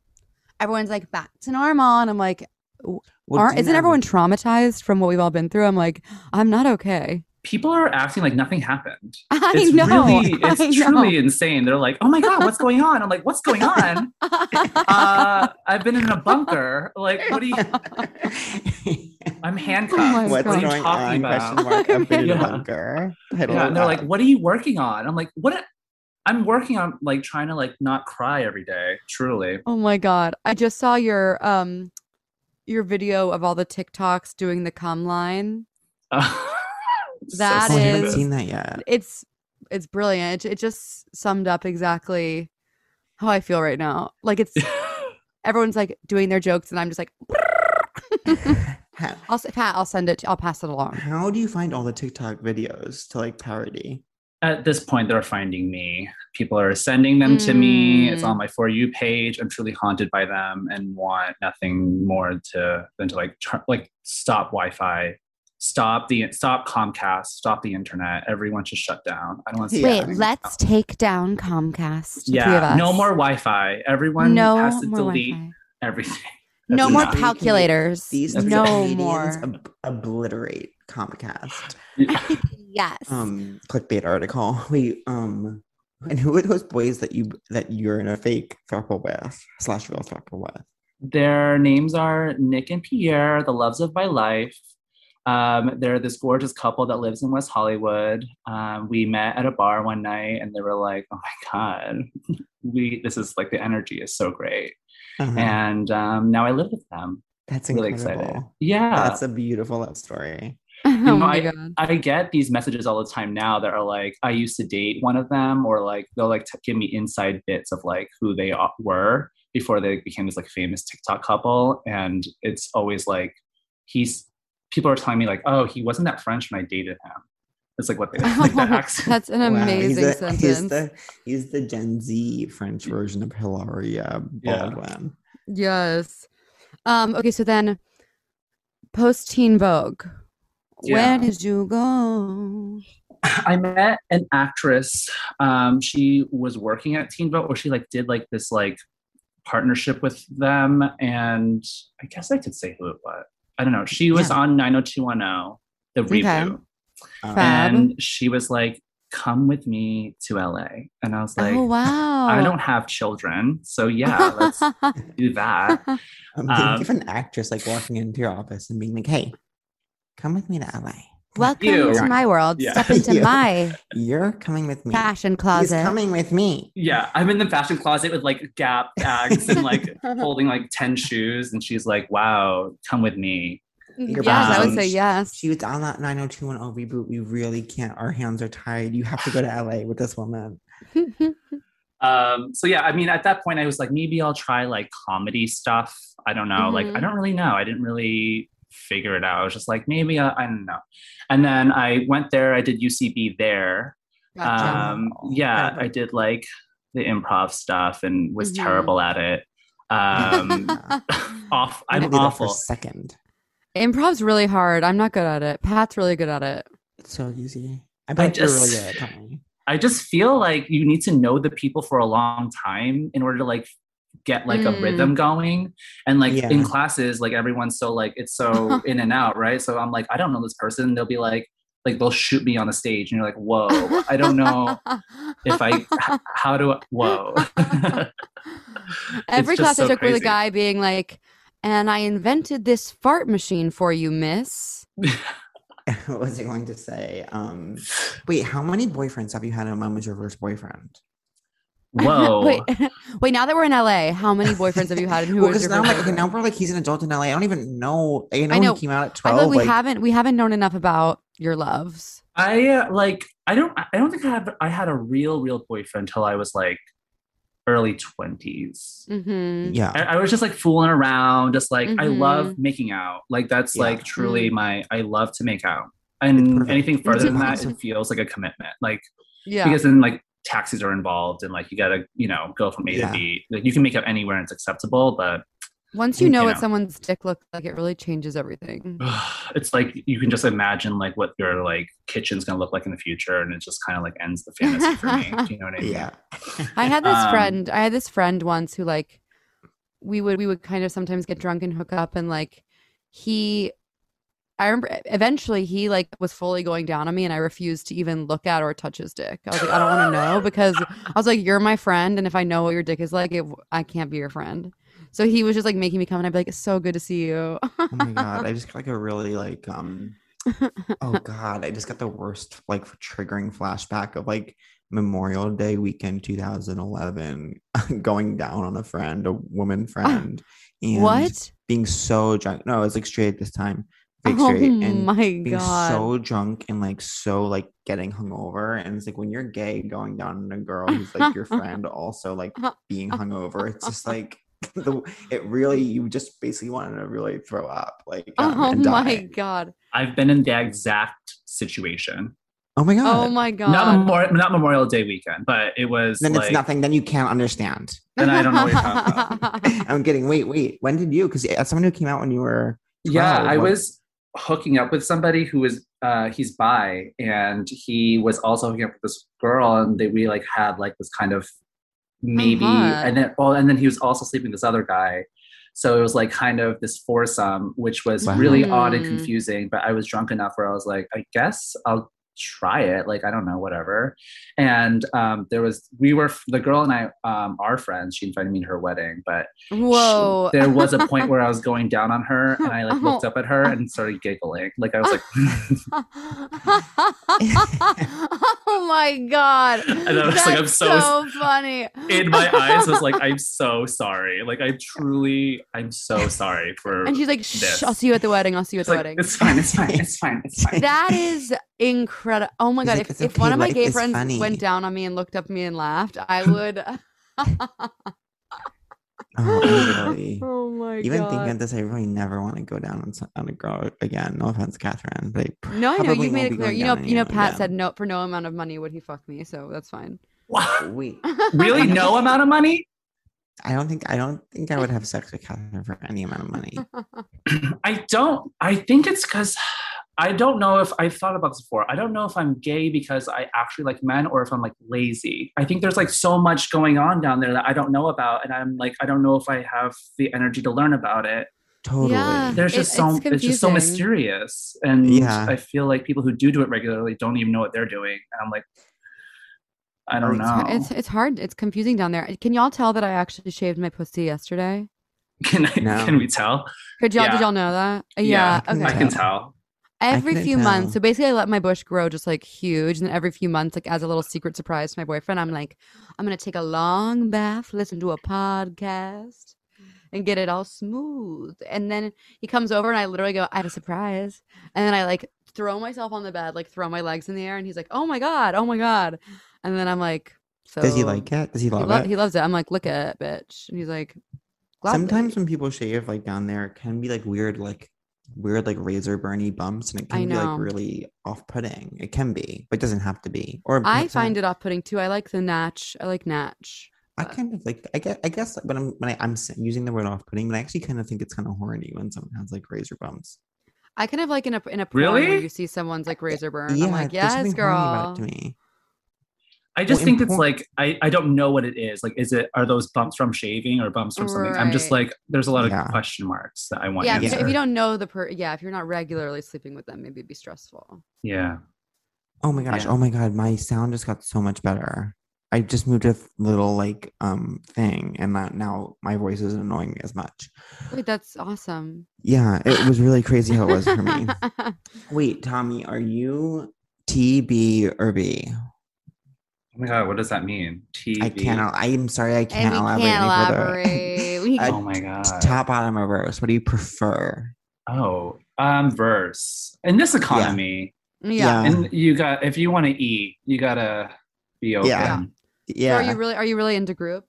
B: everyone's like back to normal? And I'm like,
C: Well,
B: aren't
C: do you
B: isn't
C: know-
B: everyone traumatized from what we've all been through? I'm like, I'm not okay.
D: People are acting like nothing happened.
B: I
D: it's
B: know.
D: really it's
B: I know.
D: truly insane. They're like, oh my God, what's going on? I'm like, what's going on? Uh, I've been in a bunker. Like, what do you I'm handcuffed.
B: Oh my
C: what's
B: God.
D: what are you
C: going on
D: talking
C: question
D: about?
C: mark up in
D: Yeah.
C: your bunker Title
D: Yeah,
C: of
D: and they're like,
C: that.
D: what are you working on? I'm like, what I'm working on like trying to like not cry every day, truly.
B: Oh my god. I just saw your um your video of all the TikToks doing the cum line. That
D: so
C: oh, i haven't
B: is-
D: stupid.
C: seen that yet
B: It's it's brilliant. It, it just summed up exactly how I feel right now. Like it's everyone's like doing their jokes and I'm just like
C: how,
B: I'll s- Pat, I'll send it to, I'll pass it along.
C: how do you find all the tiktok videos to like parody
D: At this point, they're finding me. People are sending them to me. It's
B: Mm.
D: on my for you page. I'm truly haunted by them and want nothing more to than to like tr- like stop Wi-Fi, stop the stop Comcast, stop the internet. Everyone should shut down. I don't want to see
C: Yeah.
D: anything.
B: Wait, let's take down Comcast. the three of
D: Yeah,
B: us.
D: no more Wi-Fi. Everyone
B: no
D: has to
B: more
D: delete
B: Wi-Fi.
D: everything.
B: No
D: That's
B: more
D: enough.
C: These three Canadi-
B: calculators.
C: these three
B: no
C: Canadians
B: more.
D: Um,
C: ob- obliterate comcast
B: yes.
C: um clickbait article. Wait, um and who are those boys that you that you're in a fake throuple with slash real throuple with?
D: Their names are Nick and Pierre, the loves of my life. Um, they're this gorgeous couple that lives in West Hollywood. Um, we met at a bar one night, and they were like, "Oh my god, we this is like the energy is so great."
C: Uh-huh.
D: And um, now I live with them.
C: That's
D: really
C: incredible.
D: excited. Yeah,
C: That's a beautiful love story.
B: oh my
D: I-
B: god.
D: I get these messages all the time now that are like, "I used to date one of them," or like they'll like t- give me inside bits of like who they a- were before they became this like famous TikTok couple, and it's always like he's people are telling me like, "Oh, he wasn't that French when I dated him." It's like what they like that accent.
B: That's an
C: Wow,
B: amazing
C: he's the,
B: sentence.
C: He's the, he's the Gen Z French version of Hilaria
D: Yeah.
C: Baldwin.
B: Yes. Um, okay, so then post teen Vogue. Where
D: Yeah.
B: did you go?
D: I met an actress. Um, she was working at Teen Vogue, or she like did like this like partnership with them, and I guess I could say who it was. I don't know. She was
B: Yeah.
D: on 90210, the
B: Okay.
D: reboot,
C: Um,
B: Fab.
D: and she was like, "Come with me to LA," and I was like,
B: oh wow.
D: "I don't have children, so yeah, let's do that."
C: um,
D: Um,
C: think of an actress like walking into your office and being like, "Hey, come with me to LA.
B: Welcome
D: You.
B: to my world.
D: Yeah.
B: Step into
C: You.
B: my
C: You're coming with me.
B: fashion
C: He's
B: closet.
C: coming with me."
D: Yeah, I'm in the fashion closet with like Gap bags and like holding like 10 shoes, and she's like, "Wow, come with me."
B: Mm, yes,
C: Your
B: I would
D: bounds.
B: say yes.
C: She was on that 90210 reboot. We really can't. Our hands are tied. You have to go to LA with this woman.
D: um so yeah i mean at that point i was like maybe i'll try like comedy stuff i don't know like
B: Mhm.
D: i don't really know i didn't really figure it out i was just like maybe i, I don't know and then i went there i did ucb there
B: Gotcha.
D: um yeah
C: Wow.
D: i did like the improv stuff and was
B: Mhm.
D: terrible at it um off
C: I
D: i'm
C: don't do that for
D: awful
C: a second.
B: Improv's really hard. I'm not good at it. Pat's really good at it.
C: It's so easy. I bet you're really
D: just-
C: good at comedy.
D: i just feel like you need to know the people for a long time in order to like get like a
B: Mm.
D: rhythm going and like
C: Yeah.
D: in classes like everyone's so like it's so in and out right so i'm like i don't know this person they'll be like like they'll shoot me on the stage and you're like whoa Oh, i don't know if i h- how do I, whoa
B: Every
D: It's just
B: class I
D: so
B: took with a
D: crazy.
B: guy being like, and I invented this fart machine for you, miss.
C: what was I going to say? Um, wait, how many boyfriends have you had? And when was your first boyfriend?
D: Whoa.
B: wait, wait. Now that we're in LA, how many boyfriends have you had, and who
C: Well,
B: was
C: because
B: your
C: now, I'm
B: first
C: like, okay,
B: boyfriend?
C: now we're like, he's an adult in LA. I don't even know. I know,
B: know.
C: he came out at
B: I feel
C: 12.
B: like we
C: like-
B: haven't we haven't known enough about your loves.
D: I uh, like I don't I don't think I have I had a real real boyfriend until I was like early 20s.
B: Mm-hmm.
C: yeah.
D: I, I was just like fooling around, just like I
B: Mhm.
D: love making out. Like that's
C: Yeah.
D: like
B: Mm.
D: truly my I love to make out.
C: It's
D: And
C: perfect.
D: anything further than
C: It's
D: that, it feels like a commitment. Like
B: Yeah.
D: because then like taxis are involved and like you gotta, you know, go from A
C: Yeah.
D: to B. Like you can make out anywhere and it's acceptable, but
B: Once you know
D: you
B: what
D: know.
B: someone's dick looks like, it really changes everything.
D: it's like you can just imagine like what your like kitchen's gonna look like in the future and it just kind of like ends the fantasy for me. Do you know what I mean?
C: Yeah.
B: I had this
D: Um,
B: friend. I had this friend once who like we would we would kind of sometimes get drunk and hook up and like he I remember eventually he like was fully going down on me and I refused to even look at or touch his dick. I was like I don't want to know because I was like you're my friend and if I know what your dick is like it, I can't be your friend. So he was just like making me come and I'd be like it's so good to see you.
C: Oh my God. I just got like a really like, um, oh God. I just got the worst like triggering flashback of like Memorial Day weekend 2011 going down on a friend, a woman friend. And
B: Ah, what?
C: Being so drunk. No, it was like straight at this time. Big
B: Oh
C: straight. and
B: my
C: being
B: god.
C: so drunk and like so like getting hungover and it's like when you're gay going down on a girl who's like your friend also like being hungover it's just like the, it really you just basically wanted to really throw up like um,
B: oh
C: and
B: my
C: die.
B: god.
D: I've been in the exact situation.
C: oh my god
B: Oh my god.
D: Not Memorial, not Memorial Day weekend, but it was
C: then
D: like
C: it's nothing then you can't understand
D: and I don't know what you're talking about.
C: i'm getting wait wait when did you because as someone who came out when you were
D: Yeah,
C: Wow,
D: I
C: what-
D: was hooking up with somebody who was uh he's bi and he was also hooking up with this girl and they we like had like this kind of maybe
B: hot.
D: and then well and then he was also sleeping with this other guy. So it was like kind of this foursome, which was
C: Wow.
D: really odd and
B: Mm.
D: confusing. But I was drunk enough where I was like, I guess I'll try it. Like I don't know, whatever. And um there was we were the girl and I um are friends. She invited me to her wedding, but
B: Whoa.
D: there was a point where I was going down on her and I like looked
B: Oh.
D: up at her and started giggling. Like I was like,
B: oh my god.
D: And I was like,
B: That's
D: I'm so-
B: funny.
D: in my eyes I was like, I'm so sorry. Like I'm truly, I'm so sorry for.
B: and she's like,
D: this.
B: Shh, I'll see you at the wedding. I'll see you at
D: it's
B: the
D: like,
B: wedding.
D: it's fine, it's fine, it's fine, it's fine.
B: That is incredible. Oh my
C: He's
B: god!
C: like,
B: if
C: "It's
B: if
C: okay,
B: one of my
C: life
B: gay
C: is
B: friends
C: funny."
B: went down on me and looked up at me and laughed, I would.
C: oh, I really-
B: oh my
C: even
B: god!
C: thinking of this i really never want to go down on, so- on a girl again no offense catherine but I
B: no, I know
C: probably
B: you've made
C: won't
B: it
C: be
B: clear.
C: going
B: You know,
C: down on
B: you know.
C: anyone
B: Pat
C: again.
B: said no for no amount of money would he fuck me, so that's fine.
D: Wow.
C: wait
D: really, no amount of money?
C: I don't think I don't think I would have sex with Catherine for any amount of money.
D: I don't. I think it's because. I don't know if I've thought about this before. I don't know if I'm gay because I actually like men or if I'm like lazy. I think there's like so much going on down there that I don't know about. And I'm like, I don't know if I have the energy to learn about it.
C: Totally.
B: Yeah.
D: there's
B: It-
D: just so
B: it's
D: it's, just so
B: confusing.
D: mysterious and
C: Yeah.
D: i feel like people who do do it regularly don't even know what they're doing and i'm like i don't
C: Right.
D: know
B: It's it's hard. It's confusing down there. Can y'all tell that I actually shaved my pussy yesterday?
D: can i
C: No.
D: can we tell
B: Could y'all
D: Yeah.
B: did y'all know that? Uh,
D: Yeah,
B: Yeah.
C: I can
B: okay.
D: i can tell
B: every
C: couldn't
B: few months.
C: tell.
B: So basically, I let my bush grow just like huge, and then every few months, like as a little secret surprise to my boyfriend, I'm like, I'm gonna take a long bath, listen to a podcast, and get it all smooth. And then he comes over, and I literally go, I have a surprise. And then I like throw myself on the bed, like throw my legs in the air, and he's like, Oh my god, oh my god. And then I'm like, So
C: Does he like it? Does he
B: He,
C: love
B: lo-
C: it?
B: he loves it. I'm like, look at it, bitch. And he's like, gladly.
C: Sometimes when people shave like down there, it can be like weird, like weird, like razor burny bumps, and it
B: I
C: can be
B: know.
C: like really off-putting. It can be, but it doesn't have to be. Or
B: I find it off putting too. I like the natch. I like natch.
C: I kind of like. I guess. I guess when I'm when I, I'm s- using the word off-putting, but I actually kind of think it's kind of horny when someone has like razor bumps.
B: I kind of like in a in a porn where
D: Really? Eh,
B: you see someone's like razor burn. I'm like,
C: there's
B: yes,
C: something horny about
B: girl.
C: it to me.
D: i just
C: Well,
D: think it's
C: important-
D: like I, I don't know what it is like is it are those bumps from shaving or bumps from something i'm just
B: Right.
D: like there's a lot of
C: Yeah.
D: question marks that i want
B: Yeah,
D: answered.
B: if
D: yeah
B: you, if you don't know the per, yeah, if you're not regularly sleeping with them, maybe it'd be stressful.
C: Oh my gosh!
D: Yeah.
C: Oh my god! My sound just got so much better. I I just moved a little like um thing, and that now my voice isn't annoying me as much.
B: Wait, that's awesome.
C: Yeah, it was really crazy how it was for me. Wait, Tommy, are you T B or B?
D: Oh my god, what does that mean? TV.
C: I cannot. I am sorry. I
B: and
C: can't elaborate.
B: we
C: any
B: can't
C: further.
B: elaborate. We
C: I-
D: Oh my god.
C: Top, bottom, or verse? What do you prefer?
D: Oh, um, verse. In this economy,
B: yeah.
C: Yeah.
D: and you got if you want to eat, you gotta be open.
C: Yeah.
B: So
C: Yeah.
B: are you really are you really into group?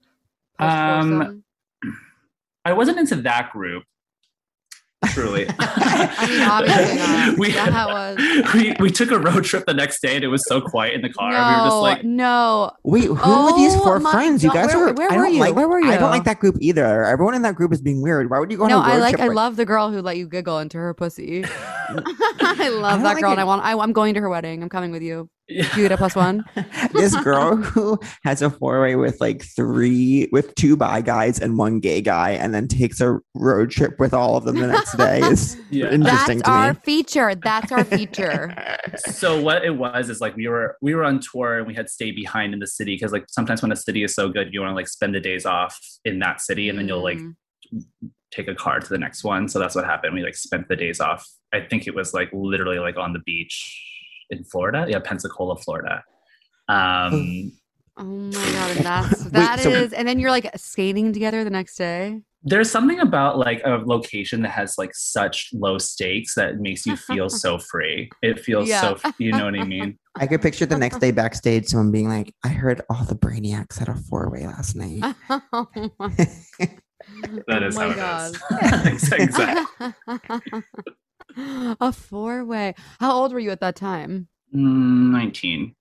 B: Post
D: Um,
B: foursome?
D: I wasn't into that group. Truly.
B: I mean, obviously not.
D: We,
B: that was
D: we we took a road trip the next day and it was so quiet in the car.
B: No,
D: We were just like
B: no.
C: Wait, who were these
B: Oh
C: four
B: my
C: friends? You
B: God,
C: guys
B: where-
C: were.
B: where
C: I
B: were
C: don't
B: you?
C: Like,
B: Where were
C: I don't
B: you?
C: like that group either. Everyone in that group is being weird. Why would you go on
B: No,
C: a road
B: I like
C: trip
B: I
C: with-
B: love the girl who let you giggle into her pussy. I love
C: don't
B: that
C: like
B: girl, and
C: it.
B: I want I, I'm going to her wedding. I'm coming with you.
D: yeah.
B: You get a plus one.
C: this girl who has a four way with like three, with two bi guys and one gay guy, and then takes a road trip with all of them the next day is
D: Yeah.
C: interesting
B: That's
C: to
B: our
C: me.
B: feature. That's our feature.
D: so what it was is like we were we were on tour and we had stayed behind in the city because like sometimes when a city is so good you want to like spend the days off in that city and then you'll like
B: Mm.
D: take a car to the next one so that's what happened we like spent the days off i think it was like literally like on the beach in florida yeah pensacola florida um
B: Oh my god, and that's that is,
C: so-
B: and then you're like skating together the next day.
D: there's something about like a location that has like such low stakes that makes you feel so free it feels
B: Yeah.
D: so you know what i mean
C: I could picture the next day backstage, someone being like, I heard all the brainiacs had a four way last night.
B: oh my,
D: That
B: oh
D: is
B: my
D: how
B: god.
D: it is exactly
B: a four way. How old were you at that time?
D: Mm, 19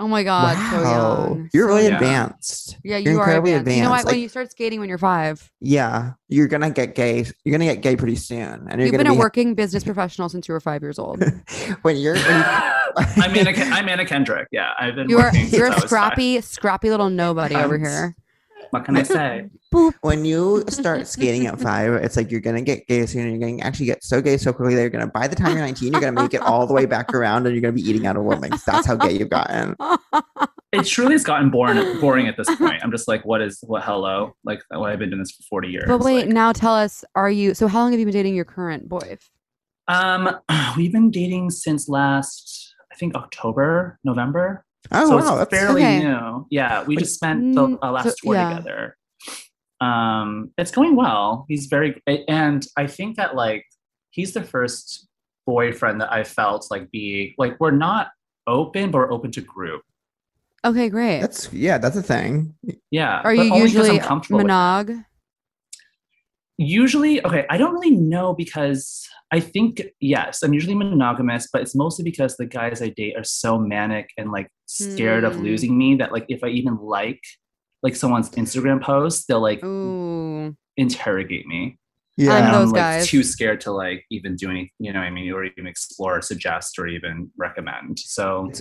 B: Oh my god, so
C: Wow.
B: young.
C: You're
B: So
C: really
B: young.
D: young.
C: advanced.
B: yeah,
C: you're
B: you are
C: incredibly
B: advanced. You know what?
C: advanced,
B: when
C: like-
B: you start skating when you're five,
C: Yeah. You're gonna get gay. You're gonna get gay pretty soon. And you're
B: you've
C: gonna
B: been a
C: be
B: working business professional since you were five years old.
C: when you're when you-
D: I'm Anna, Ken- I'm Anna Kendrick. Yeah, I've been.
B: You are
D: working since
B: you're
D: I
B: a
D: was five.
B: scrappy, scrappy little nobody over
D: Tons.
B: here.
D: What can I say?
C: when you start skating at five, it's like you're gonna get gay soon. And you're gonna actually get so gay so quickly that you're gonna by the time you're 19, you're gonna make it all the way back around, and you're gonna be eating out of women's. That's how gay you've gotten.
D: It truly has gotten boring. Boring at this point. I'm just like, what is what? Hello, like well, I've been doing this for 40 years.
B: But wait,
D: like-
B: now tell us, are you so how long have you been dating your current boy?
D: um, we've been dating since last, I think October, November.
C: Oh
D: so
C: wow,
D: it's
C: that's
D: fairly
B: Okay.
D: new. Yeah, we
C: Like,
D: just spent the
B: mm,
D: uh, last
B: so-
D: tour
B: yeah.
D: together. Um, it's going well. He's very, and I think that like he's the first boyfriend that I felt like be like we're not open, but we're open to group.
B: Okay, great.
C: that's yeah, that's a thing.
D: Yeah.
B: are
D: but
B: you
D: only 'cause
B: usually
D: I'm comfortable with it.
B: monog?
D: Usually, okay, I don't really know because I think yes, I'm usually monogamous, but it's mostly because the guys I date are so manic and like scared of
B: Hmm.
D: losing me that like if I even like like someone's Instagram post, they'll like
B: Ooh.
D: interrogate me.
C: Yeah,
B: I'm
D: And
B: those
D: like
B: guys.
D: too scared to like even do anything, you know what I mean, or even explore, suggest, or even recommend. So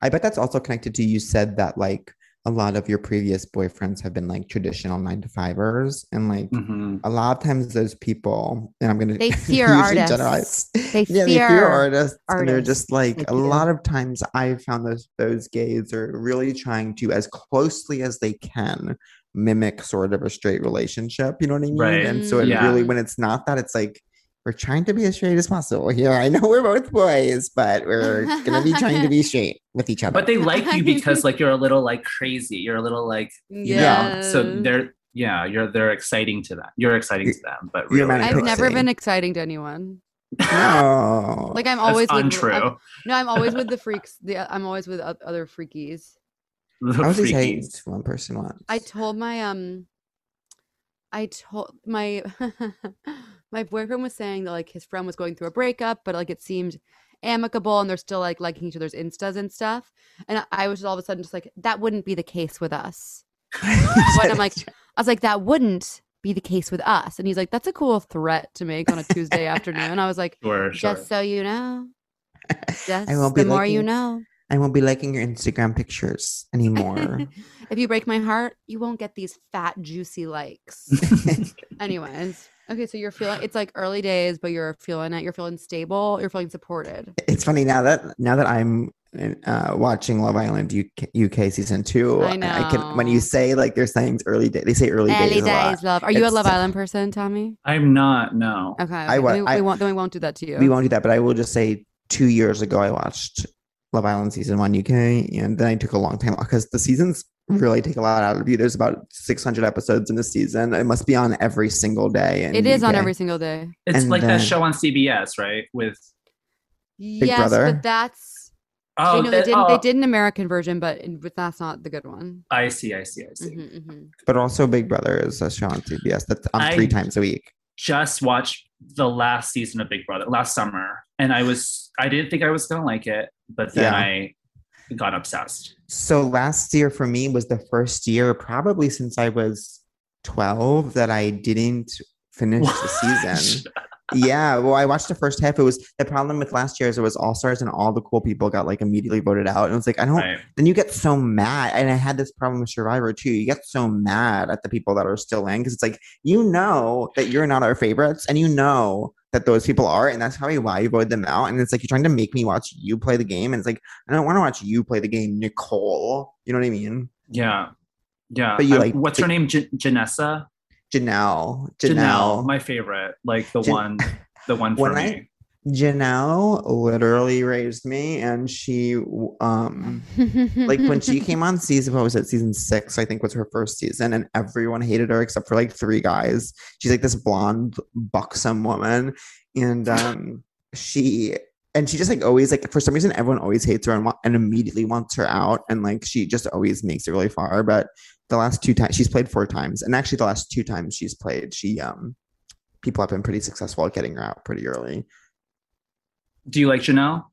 C: I bet that's also connected to you said that like a lot of your previous boyfriends have been like traditional nine to fivers and like
D: mhm.
C: a lot of times those people and I'm gonna
B: They fear
C: usually
B: artists.
C: generalize.
B: They
C: yeah, they
B: fear
C: fear artists, and they're
B: artists,
C: just like
B: they
C: a
B: do.
C: lot of times I've found those those gays are really trying to as closely as they can mimic sort of a straight relationship. You know what I mean?
D: Right.
C: And so it
D: Yeah.
C: really when it's not that it's like we're trying to be as straight as possible here. I know we're both boys, but we're gonna be trying to be straight with each other.
D: But they like you because like you're a little like crazy. You're a little like you know, so they're yeah, you're they're exciting to them. You're exciting to them, but
C: You're
D: really,
C: manic
B: I've
D: they're
B: never
C: pixie.
B: been exciting to anyone.
C: no.
B: Like I'm
D: That's
B: always with,
D: untrue.
B: I'm- no, I'm always with the freaks. The, I'm always with o- other freakies.
D: The
C: I was just
D: freaky-
C: saying to one person once.
B: I told my um I told my my boyfriend was saying that like his friend was going through a breakup, but like it seemed amicable and they're still like liking each other's instas and stuff. And I- I was all of a sudden just like, that wouldn't be the case with us. But I'm like, I was like, that wouldn't be the case with us. And he's like, that's a cool threat to make on a Tuesday afternoon. I was like,
D: Sure, sure.
B: just so you know. Just
C: won't
B: the
C: be
B: more you
C: liking-
B: know.
C: I won't be liking your Instagram pictures anymore.
B: if you break my heart, you won't get these fat, juicy likes. Anyways, okay, so you're feeling it's like early days, but you're feeling it. You're feeling stable. You're feeling supported.
C: it's funny now that now that I'm in, uh, watching Love Island UK, UK season two.
B: I
C: I can when
B: know.
C: you say like there's things early day, they say early, days. a lot.
B: love. Are you a
C: It's-
B: Love Island person, Tommy?
D: I'm not. No.
B: Okay,
C: I
B: okay.
C: wa-
B: Then we,
C: I-
B: we won't. Then we won't do that to you.
C: We won't do that, but I will just say two years ago I watched Love Island season one UK, and then I took a long time because the seasons really take a lot out of you. There's about 600 episodes in a season. It must be on every single day. In
B: It is on
C: UK.
B: every single day.
D: It's
C: And
D: like
C: then-
D: that show on CBS, right? With
B: yes,
C: Brother?
B: but that's
D: oh,
B: they, know, they
D: that-
B: did.
D: oh,
B: They did an American version, but, but that's not the good one.
D: I see. I see. I see.
B: Mhm, mhm.
C: But also Big Brother is a show on CBS that's on
D: I-
C: three times a week.
D: Just watched the last season of Big Brother last summer, and I was I didn't think I was gonna like it, but then
C: Yeah.
D: I got obsessed.
C: So last year for me was the first year, probably since I was 12, that I didn't finish the season. Yeah, well, I watched the first half. It was the problem with last year is it was all stars and all the cool people got like immediately voted out. And it was like, I don't,
D: Right.
C: then you get so mad. And I had this problem with Survivor too. You get so mad at the people that are still in because it's like, you know that you're not our favorites and you know that those people are. And that's probably why you voted them out. And it's like, you're trying to make me watch you play the game. And it's like, I don't want to watch you play the game, Nicole. You know what I mean?
D: Yeah. Yeah.
C: But you
D: I-
C: like-
D: what's her name? J- Janessa?
C: Janelle.
D: Janelle,
C: Janelle.
D: my favorite. Like the
C: Jan-
D: one, the one for
C: When
D: me.
C: I- Janelle literally raised me and she,
B: mm-hmm.
C: um, like when she came on season what was it season six i think was her first season and everyone hated her except for like three guys she's like this blonde buxom woman and um she and she just like always like for some reason everyone always hates her and, wa- and immediately wants her out and like she just always makes it really far but the last two times she's played four times and actually the last two times she's played she um people have been pretty successful at getting her out pretty early
D: Do you like Janelle?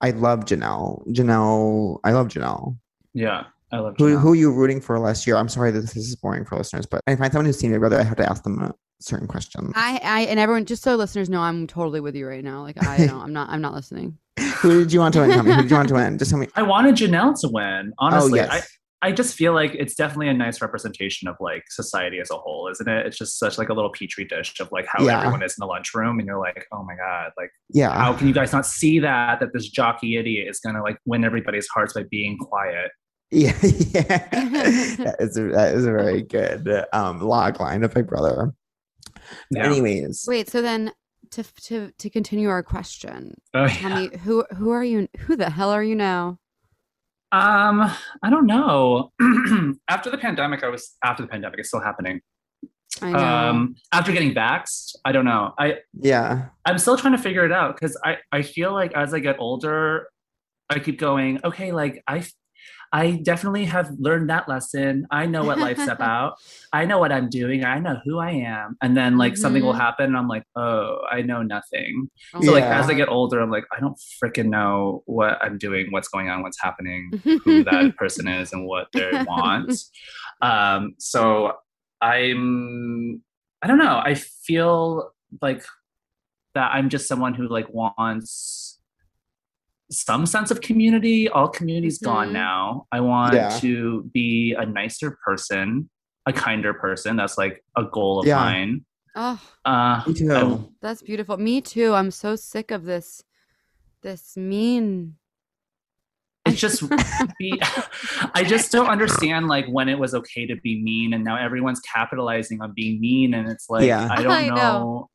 C: i love janelle janelle i love janelle
D: Yeah. I love
C: Who,
D: Janelle.
C: who are you rooting for last year? I'm sorry that this is boring for listeners, but if I find someone who's seen Big Brother, I have to ask them a certain
D: Uh,
C: question.
B: I, I and everyone, just so listeners know, I'm totally with you right now. Like I don't, I'm not, I'm not listening.
C: who did you want to win? Tell me. Who did you want to win? Just tell me.
D: I wanted Janelle to win. Honestly,
C: oh yes,
D: I, I just feel like it's definitely a nice representation of like society as a whole, isn't it? It's just such like a little petri dish of like how
C: Yeah.
D: everyone is in the lunchroom, and you're like, oh my god, like
C: yeah.
D: how can you guys not see that that this jockey idiot is gonna like win everybody's hearts by being quiet?
C: Yeah, yeah. that, is a, that is a very good um, log line of Big Brother.
D: Yeah.
C: Anyways,
B: Wait, so then to to to continue our question,
D: Oh, yeah.
B: Tommy, who who are you? Who the hell are you now?
D: Um, I don't know. after the pandemic, I was after the pandemic. It's still happening.
B: I know.
D: Um, after getting vaxxed, I don't know. I
C: yeah,
D: I'm still trying to figure it out because I I feel like as I get older, I keep going. Okay, like I. I definitely have learned that lesson. I know what life's about. I know what I'm doing. I know who I am. And then like something will
B: Mhm.
D: happen and I'm like, "Oh, I know nothing."
B: Oh
D: So
B: my
D: like as I
B: God.
D: get older, I'm like, "I don't freaking know what I'm doing, what's going on, what's happening." who that person is and what they want. Um, so I'm, I don't know. I feel like that I'm just someone who like wants some sense of community. All community's
B: Mhm.
D: gone now. I want
C: Yeah.
D: to be a nicer person, a kinder person. That's like a goal of
C: Yeah.
D: mine.
B: oh,
D: Uh,
C: me too.
D: I-
B: that's beautiful. Me too. I'm so sick of this this mean.
D: it's just be i just don't understand like when it was okay to be mean and now everyone's capitalizing on being mean and it's like
C: Yeah.
D: i don't
B: I
D: know.
B: know.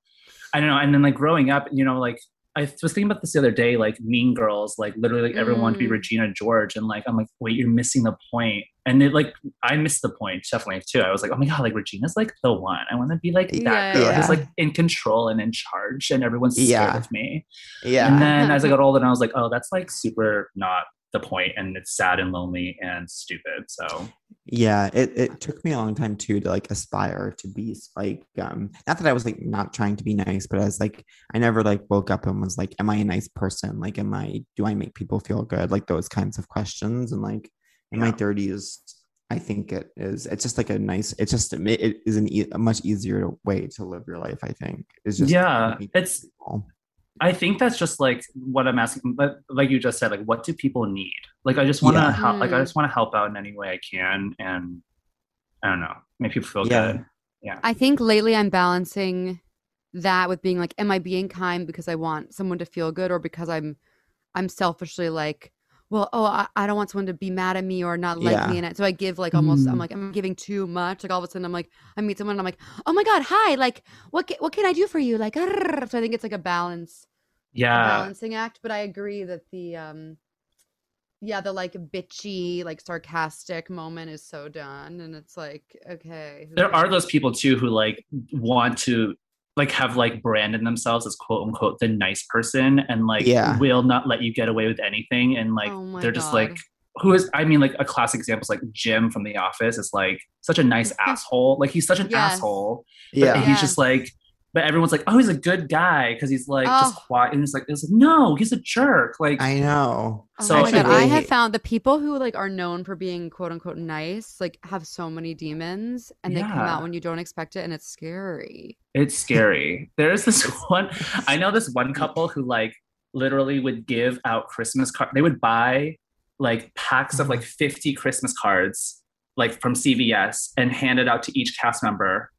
D: i don't know and then like growing up you know like i was thinking about this the other day like mean girls like literally like, everyone wanted to be
B: Mm.
D: regina george and like i'm like wait you're missing the point and it like i missed the point definitely too i was like oh my god like regina's like the one i want to be like that
B: Yeah.
D: girl
C: Yeah.
D: who's like in control and in charge and everyone's scared
C: Yeah.
D: of me and
C: yeah,
D: then as I got older, and I was like, oh, that's like super not the point, and it's sad and lonely and stupid. So
C: yeah. It it took me a long time too to like aspire to be like um. Not that I was like not trying to be nice, but I was like I never like woke up and was like, am I a nice person? Like, am I do I make people feel good? Like those kinds of questions and like in my
D: Yeah.
C: 30s i think it is it's just like a nice it's just it is an e- a much easier way to live your life i think it's just
D: yeah,
C: making
D: it's.
C: people-
D: I think that's just like what I'm asking, but like you just said, like what do people need? Like I just want to
C: Yeah.
D: help. Like I
B: Mm.
D: just want to help out in any way I can, and I don't know, make people feel
C: Yeah.
D: good.
B: I think lately I'm balancing that with being like, am I being kind because I want someone to feel good or because I'm I'm selfishly like, well, oh, I, I don't want someone to be mad at me or not like
C: Yeah.
B: me. And I- so I give like almost, I'm
D: Mm.
B: like, I'm giving too much. Like all of a sudden, I'm like, I meet someone and I'm like, oh my God, hi. Like, what, ca- what can I do for you? Like, "Arrrr." so I think it's like a balance, a
D: Yeah.
B: balancing act. But I agree that the, um, yeah, the like bitchy, like sarcastic moment is so done. And it's like, okay. who
D: There are
B: cares?
D: those people too who like want to like have like branded themselves as quote unquote the nice person and like
C: Yeah.
D: will not let you get away with anything and like
B: Oh my
D: they're just
B: God.
D: like who is I mean like a classic example is like Jim from The Office is like such a nice asshole. Like he's such an
B: Yes.
D: asshole. But
C: Yeah.
D: he's
B: Yeah.
D: just like but everyone's like, oh, he's a good guy because he's like just
B: Oh.
D: quiet, and it's like, it's like, no, he's a jerk. Like,
C: I know.
B: Oh
D: So
B: my god,
C: actually
B: I
C: really
B: have
C: hate-
B: found the people who like are known for being quote unquote nice, like have so many demons and they come
D: Yeah.
B: out when you don't expect it and it's scary.
D: It's scary. There's this one, I know this one couple who like literally would give out Christmas cards. They would buy like packs of like
C: Mm-hmm.
D: 50 Christmas cards, like from CVS, and hand it out to each cast member,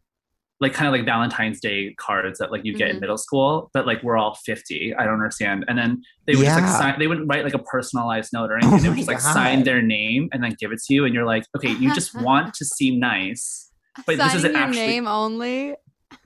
D: like kind of like Valentine's Day cards that like you get
C: Mm-hmm.
D: in
B: Mhm.
D: middle school, but like we're all 50. I don't understand. And then they would just
C: Yeah.
D: like sign, they wouldn't write like a personalized note or
C: Oh
D: anything. they
C: my
D: would just like
C: God.
D: sign their name and then give it to you. And you're like, okay, you just want to seem nice. But this
B: Signing
D: isn't
B: your
D: actually-
B: name only.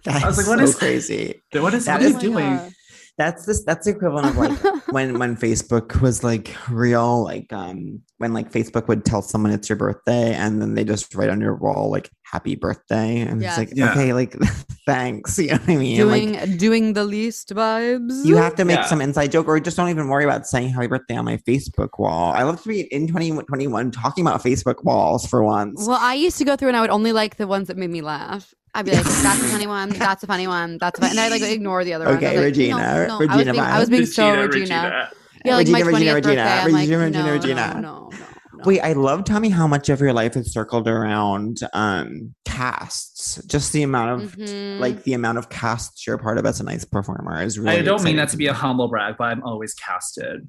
C: That's
D: I was like,
C: so
D: what is-
C: crazy?
D: What is
C: That
D: that? What are
C: is
D: you
B: Oh
D: doing?
B: my
C: That's this. That's the equivalent of like
B: God.
C: when when Facebook was like real, like um when like Facebook would tell someone it's your birthday and then they just write on your wall like happy birthday and it's
B: Yes.
C: like
D: Yeah.
C: okay, like thanks. You know what I mean?
B: doing
C: like
B: doing the least vibes.
C: you have to make
D: Yeah.
C: some inside joke or just don't even worry about saying happy birthday on my Facebook wall. I love to be in 2021 talking about Facebook walls for once.
B: well, I used to go through and I would only like the ones that made me laugh. I'd be like, that's a funny one, that's a funny one, that's a funny, and I like ignore the other ones. I
C: Okay,
B: was like,
C: Regina,
B: no, no. I was
C: Regina
B: being, I
C: Vibes.
B: was being so Regina. Yeah, like my
C: Regina, Regina,
B: 20th
C: Regina,
B: birthday, I'm like,
C: Regina, Regina,
B: no,
C: Regina.
B: no, no, no, no.
C: Wait, I love Tommy how much of your life is circled around um casts. Just the amount of
B: Mhm.
C: like the amount of casts you're a part of as a nice performer is really
D: I don't mean
C: exciting
D: that to be a
C: me.
D: humble brag, but I'm always casted.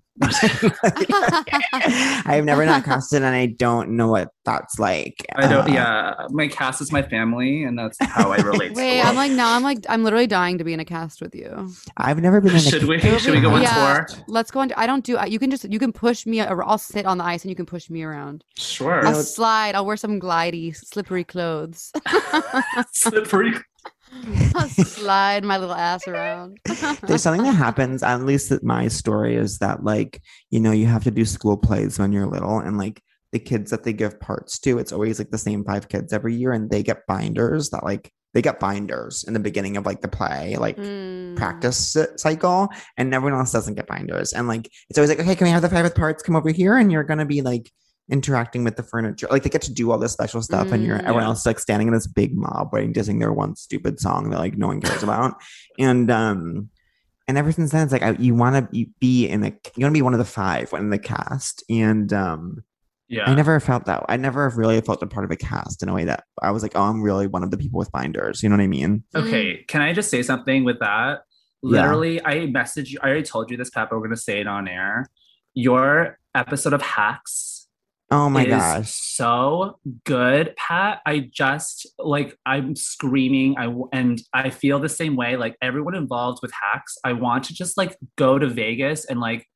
B: Mm-hmm.
C: I've never not casted and I don't know what that's like.
D: I don't.
C: Uh,
D: yeah, my cast is my family, and that's how I relate. to the
B: Wait,
D: world.
B: I'm like now I'm like I'm literally dying to be in a cast with you.
C: I've never been in a
D: Should we-
C: cast.
D: should we go on
B: Yeah.
D: tour?
B: Let's go on. I don't do. You can just you can push me. Or I'll sit on the ice and you can push me around.
D: sure.
B: I'll
C: No.
B: slide. I'll wear some glidey, slippery clothes.
D: Slippery.
B: I'll slide my little ass around.
C: There's something that happens, at least that my story is that like, you know, you have to do school plays when you're little and like the kids that they give parts to, it's always like the same five kids every year and they get binders that like they get binders in the beginning of like the play, like
B: Mm.
C: practice s- cycle and everyone else doesn't get binders and like it's always like okay can we have the private parts come over here and you're gonna be like interacting with the furniture like they get to do all this special stuff and you're
B: Mm.
C: everyone else is, like standing in this big mob waiting to sing their one stupid song that like no one cares about and um and ever since then it's like I, you want to be in a you want to be one of the five in the cast and um I
D: Yeah.
C: never felt that I never really felt a part of a cast in a way that I was like oh I'm really one of the people with binders you know what I mean
B: Mm-hmm.
D: Okay. Can I just say something with that?
C: Yeah.
D: Literally, I messaged you. I already told you this, Pat, but we're gonna say it on air. Your episode of Hacks
C: oh my
D: is
C: gosh
D: so good pat i just like i'm screaming i w- and i feel the same way like everyone involved with hacks i want to just like go to vegas and like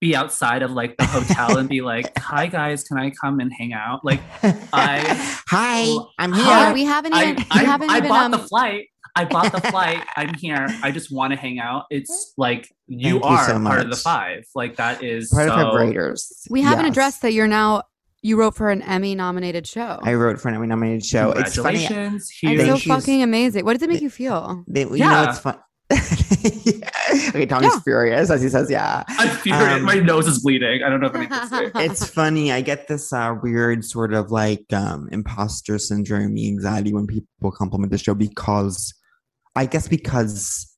D: be outside of like the hotel and be like hi guys can i come and hang out like I-
C: hi, I'm here.
B: Yeah, we haven't
D: i
B: even. we
D: i,
B: haven't
D: I
B: even.
D: bought
B: um,
D: the flight i bought the flight i'm here i just want to hang out it's like you
C: Thank you
D: are
C: so
D: part of the
C: much.
D: five like that is
C: Part of our
D: so-
C: writers.
B: we haven't
C: Yes.
B: addressed that you're now. You wrote for an Emmy-nominated show.
C: I wrote for an Emmy nominated show. It's funny.
D: congratulations
B: I'm
D: huge.
B: so
C: Thank you.
B: fucking amazing. What does it make you feel?
C: They, you know,
D: Yeah.
C: it's fun. Okay, Tommy's
B: Yeah.
C: furious as he says, "Yeah."
D: I'm furious.
C: Um,
D: My nose is bleeding. I don't know if I can say. it.
C: It's funny. I get this uh, weird sort of like um, imposter syndrome, anxiety when people compliment the show because, I guess, because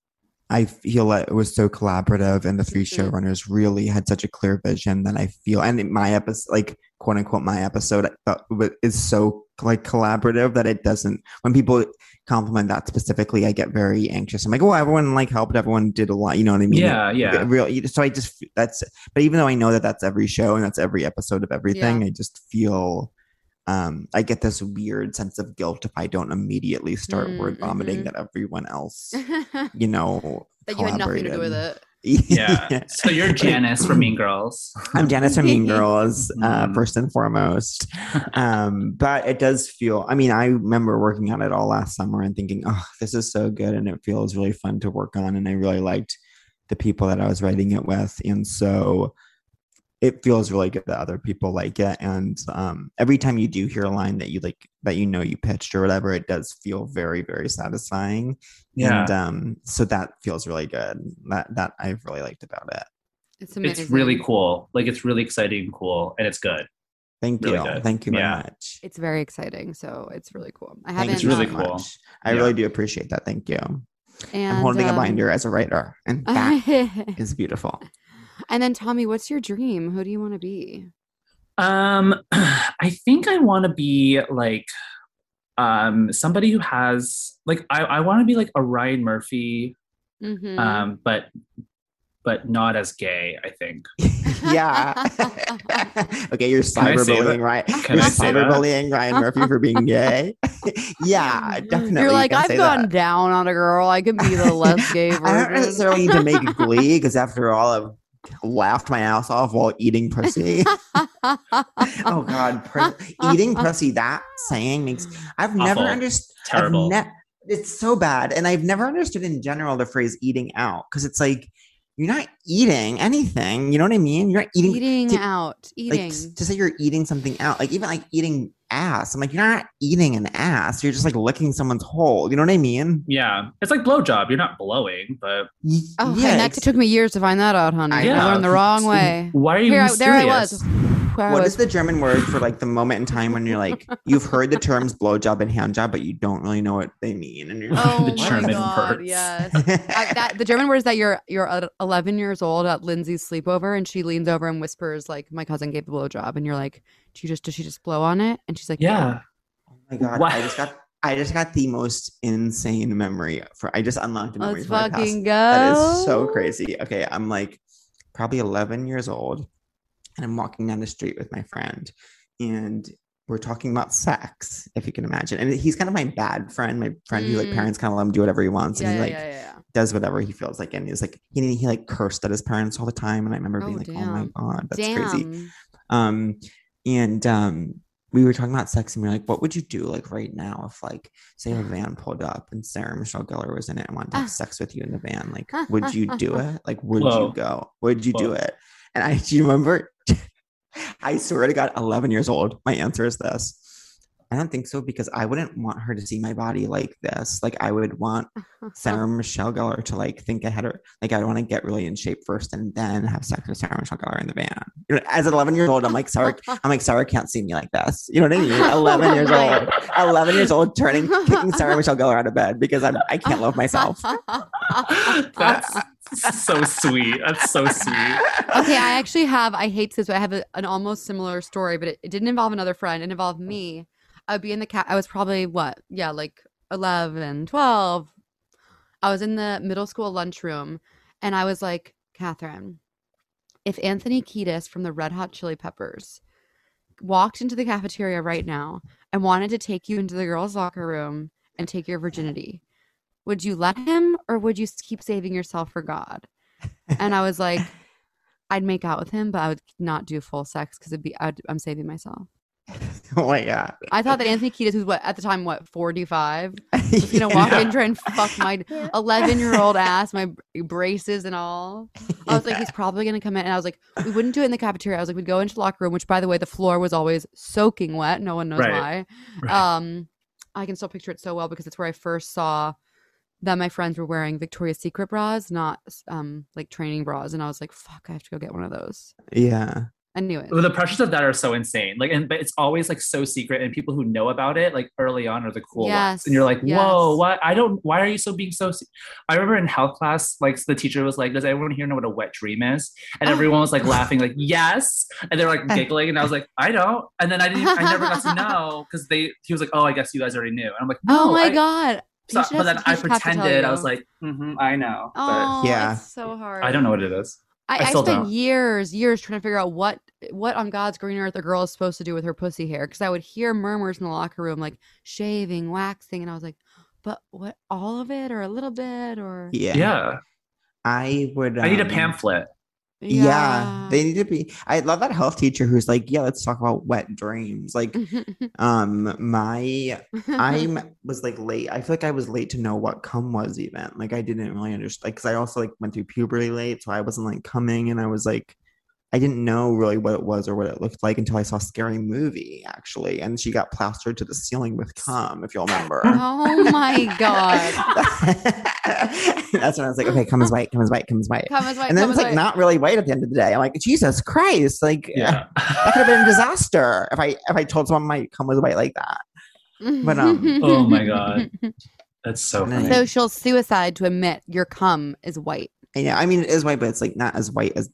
C: I feel that it was so collaborative and the 3
B: Mhm.
C: showrunners really had such a clear vision that I feel, and in my episode, like quote unquote, my episode uh, w- is so like collaborative that it doesn't, when people compliment that specifically, I get very anxious. I'm like, oh, everyone like helped, everyone did a lot. You know what I mean?
D: Yeah, yeah.
C: Real. e, So I just, that's, but even though I know that that's every show and that's every episode of everything, I just feel, um, I get this weird sense of guilt if I don't immediately start
B: Mm,
C: word vomiting
B: mhm.
C: that everyone else
B: that
C: you know
B: you had nothing to do with
C: collaborated.
B: it.
D: Yeah. So you're Janice from Mean Girls.
C: I'm Janice from Mean Girls, uh,
D: Mm.
C: first and foremost. Um, but it does feel, I mean, I remember working on it all last summer and thinking, oh, this is so good. And it feels really fun to work on. And I really liked the people that I was writing it with. And so it feels really good that other people like it. And um, every time you do hear a line that you like, that you know you pitched or whatever, it does feel very, very satisfying.
D: Yeah.
C: And um, so that feels really good. That, that I've really liked about it.
B: It's
D: it's
B: amazing.
D: really cool. Like it's really exciting and cool and it's good.
C: Thank
D: Really
C: you.
D: good.
C: Thank you very
D: Yeah.
C: much.
B: It's very exciting. So it's really cool. I
C: Thank
B: haven't.
C: you
D: It's really
C: so
B: um,
D: cool.
C: much. I
D: Yeah.
C: really do appreciate that. Thank you.
B: And,
C: I'm holding
B: um,
C: a binder as a writer, and that is beautiful.
B: and then Tommy, what's your dream? Who do you want to be?
D: Um, I think I want to be like um somebody who has like I, I want to be like a Ryan Murphy,
B: Mm-hmm.
D: um, but but not as gay. I think.
C: yeah. okay, you're
D: Can I say
C: cyberbullying
D: that?
C: Ryan.
D: Can
C: you're
D: I say that?
C: cyberbullying Ryan Murphy for being gay. yeah, definitely.
B: You're
C: you
B: like,
C: can
B: I've
C: say
B: gone
C: that.
B: down on a girl. I could be the less gay version.
C: I don't necessarily need to make glee because after all, I've laughed my ass off while eating pussy. oh God, pr- eating pussy. That saying makes. I've never
D: Awful.
C: understood. I've
D: Terrible.
C: ne- it's so bad. And I've never understood in general the phrase eating out because it's like you're not eating anything. You know what I mean? You're not eating.
B: eating
C: to-
B: out,
C: Like
B: eating.
C: s- to say you're eating something out, like even like eating ass. I'm like, you're not eating an ass. You're just like licking someone's hole. You know what I mean?
D: yeah, it's like blowjob. You're not blowing, but
C: Y-
B: oh, yeah,
C: ex-
B: it took me years to find that out, honey.
C: I
D: know.
B: I learned the wrong way.
D: why are you?
B: Here, I,
D: being
B: there I
D: serious?
B: was. Where I
C: what
B: was.
C: is the German word for like the moment in time when you're like you've heard the terms blowjob and handjob, but you don't really know what they mean, and you're like,
B: oh
D: the
B: my
D: German
B: God,
D: words.
B: Yes. I, that the German word is that you're you're at 11 years old at Lindsay's sleepover, and she leans over and whispers like, "My cousin gave the blowjob," and you're like, "Did you just did she just blow on it?" And she's like,
D: Yeah.
C: Oh my god!
D: Wow.
C: I just got I just got the most insane memory for I just unlocked a memory
B: let's
C: from my past.
B: fucking go."
C: That is so crazy. Okay, I'm like probably 11 years old, and I'm walking down the street with my friend, and we're talking about sex, if you can imagine. And he's kind of my bad friend, my friend who like
B: Mm.
C: parents kind of let him do whatever he wants,
B: Yeah,
C: and he
B: yeah,
C: like
B: yeah, yeah.
C: does whatever he feels like. And he's like he he like cursed at his parents all the time, and I remember
B: Oh,
C: being like, oh my
B: damn.
C: god, that's
B: Damn.
C: crazy um and um we were talking about sex and we were like what would you do like right now if like say a van pulled up and sarah michelle gellar was in it and wanted to
B: Ah.
C: have sex with you in the van like would you do it like would
D: Whoa.
C: you go would you do
D: Whoa.
C: it and i do you remember i swear to god 11 years old my answer is this i don't think so because i wouldn't want her to see my body like this like i would want sarah michelle gellar to like think i had her like i want to get really in shape first and then have sex with sarah michelle gellar in the van You know, as an 11 year old i'm like sarah i'm like sarah can't see me like this you know what i mean 11 years old 11 years old turning kicking sarah michelle gellar out of bed because i'm i can't love myself
D: That's so sweet. That's so sweet.
B: okay, I actually have. I hate this, but I have a, an almost similar story, but it, it didn't involve another friend. It involved me. I would be in the cat. I was probably what? Yeah, like 11, 12. I was in the middle school lunchroom and I was like, Catherine, if Anthony Kiedis from the Red Hot Chili Peppers walked into the cafeteria right now and wanted to take you into the girls' locker room and take your virginity, would you let him or would you s- keep saving yourself for God? And I was like, I'd make out with him, but I would not do full sex because it'd be I'd, I'm saving myself.
C: oh my god
B: I thought that Anthony Kiedis, who's what at the time what 45, was gonna walk in try and fuck my 11 year old ass, my br- braces and all. I was like, he's probably gonna come in, and I was like, we wouldn't do it in the cafeteria. I was like, we'd go into the locker room, which by the way, the floor was always soaking wet. No one knows
D: Right.
B: why.
D: Right.
B: Um, I can still picture it so well because it's where I first saw that my friends were wearing Victoria's Secret bras, not um like training bras, and I was like, "Fuck, I have to go get one of those."
C: yeah
B: I knew it.
D: Well, the pressures of that are so insane. Like, and but it's always like so secret, and people who know about it, like early on, are the cool ones.
B: Yes,
D: And you're like, whoa,
B: yes.
D: what? I don't. Why are you so being so? Se-? I remember in health class, like the teacher was like, "Does everyone here know what a wet dream is?" And
B: Oh.
D: everyone was like laughing, like yes, and they're like giggling, and I was like, I don't. And then I didn't. I never got to know because they. He was like, oh, I guess you guys already knew. And I'm like,
B: Oh
D: "No,
B: my
D: I-"
B: god!
D: So,
B: You should
D: but
B: have-
D: then
B: you
D: I
B: should have to tell
D: pretended. I
B: you.
D: was like, "Mhm, I know.
B: "Oh,
C: Yeah.
B: it's so hard."
D: But I don't know what it is.
B: I,
D: I
B: I,
D: still
B: spent
D: don't.
B: years, years trying to figure out what what on God's green earth a girl is supposed to do with her pussy hair because I would hear murmurs in the locker room like shaving, waxing, and I was like, "But what? All of it, or a little bit, or?"
C: yeah
D: Yeah.
C: I would.
D: I need a
C: um,
D: pamphlet.
C: Yeah. they need to be. I love that health teacher who's like, yeah, let's talk about wet dreams. Like,
B: Mm-hmm.
C: um, my I'm was like late. I feel like I was late to know what cum was even. Like I didn't really understand because I also like went through puberty late, so I wasn't like coming, and I was like, I didn't know really what it was or what it looked like until I saw Scary Movie actually, and she got plastered to the ceiling with cum, if you'll remember.
B: oh my god.
C: That's when I was like, okay, cum is white, cum is white, cum is white.
B: Come as white,
C: And then
B: come
C: it's
B: as
C: like
B: white.
C: not really white at the end of the day. I'm like, Jesus Christ! Like
D: Yeah.
C: that could have been a disaster if I if I told someone my cum was white like that. but, um,
D: Oh my God. That's so
C: Nice.
D: funny.
B: Social suicide to admit your cum is white.
C: And yeah, I mean it is white, but it's like not as white as,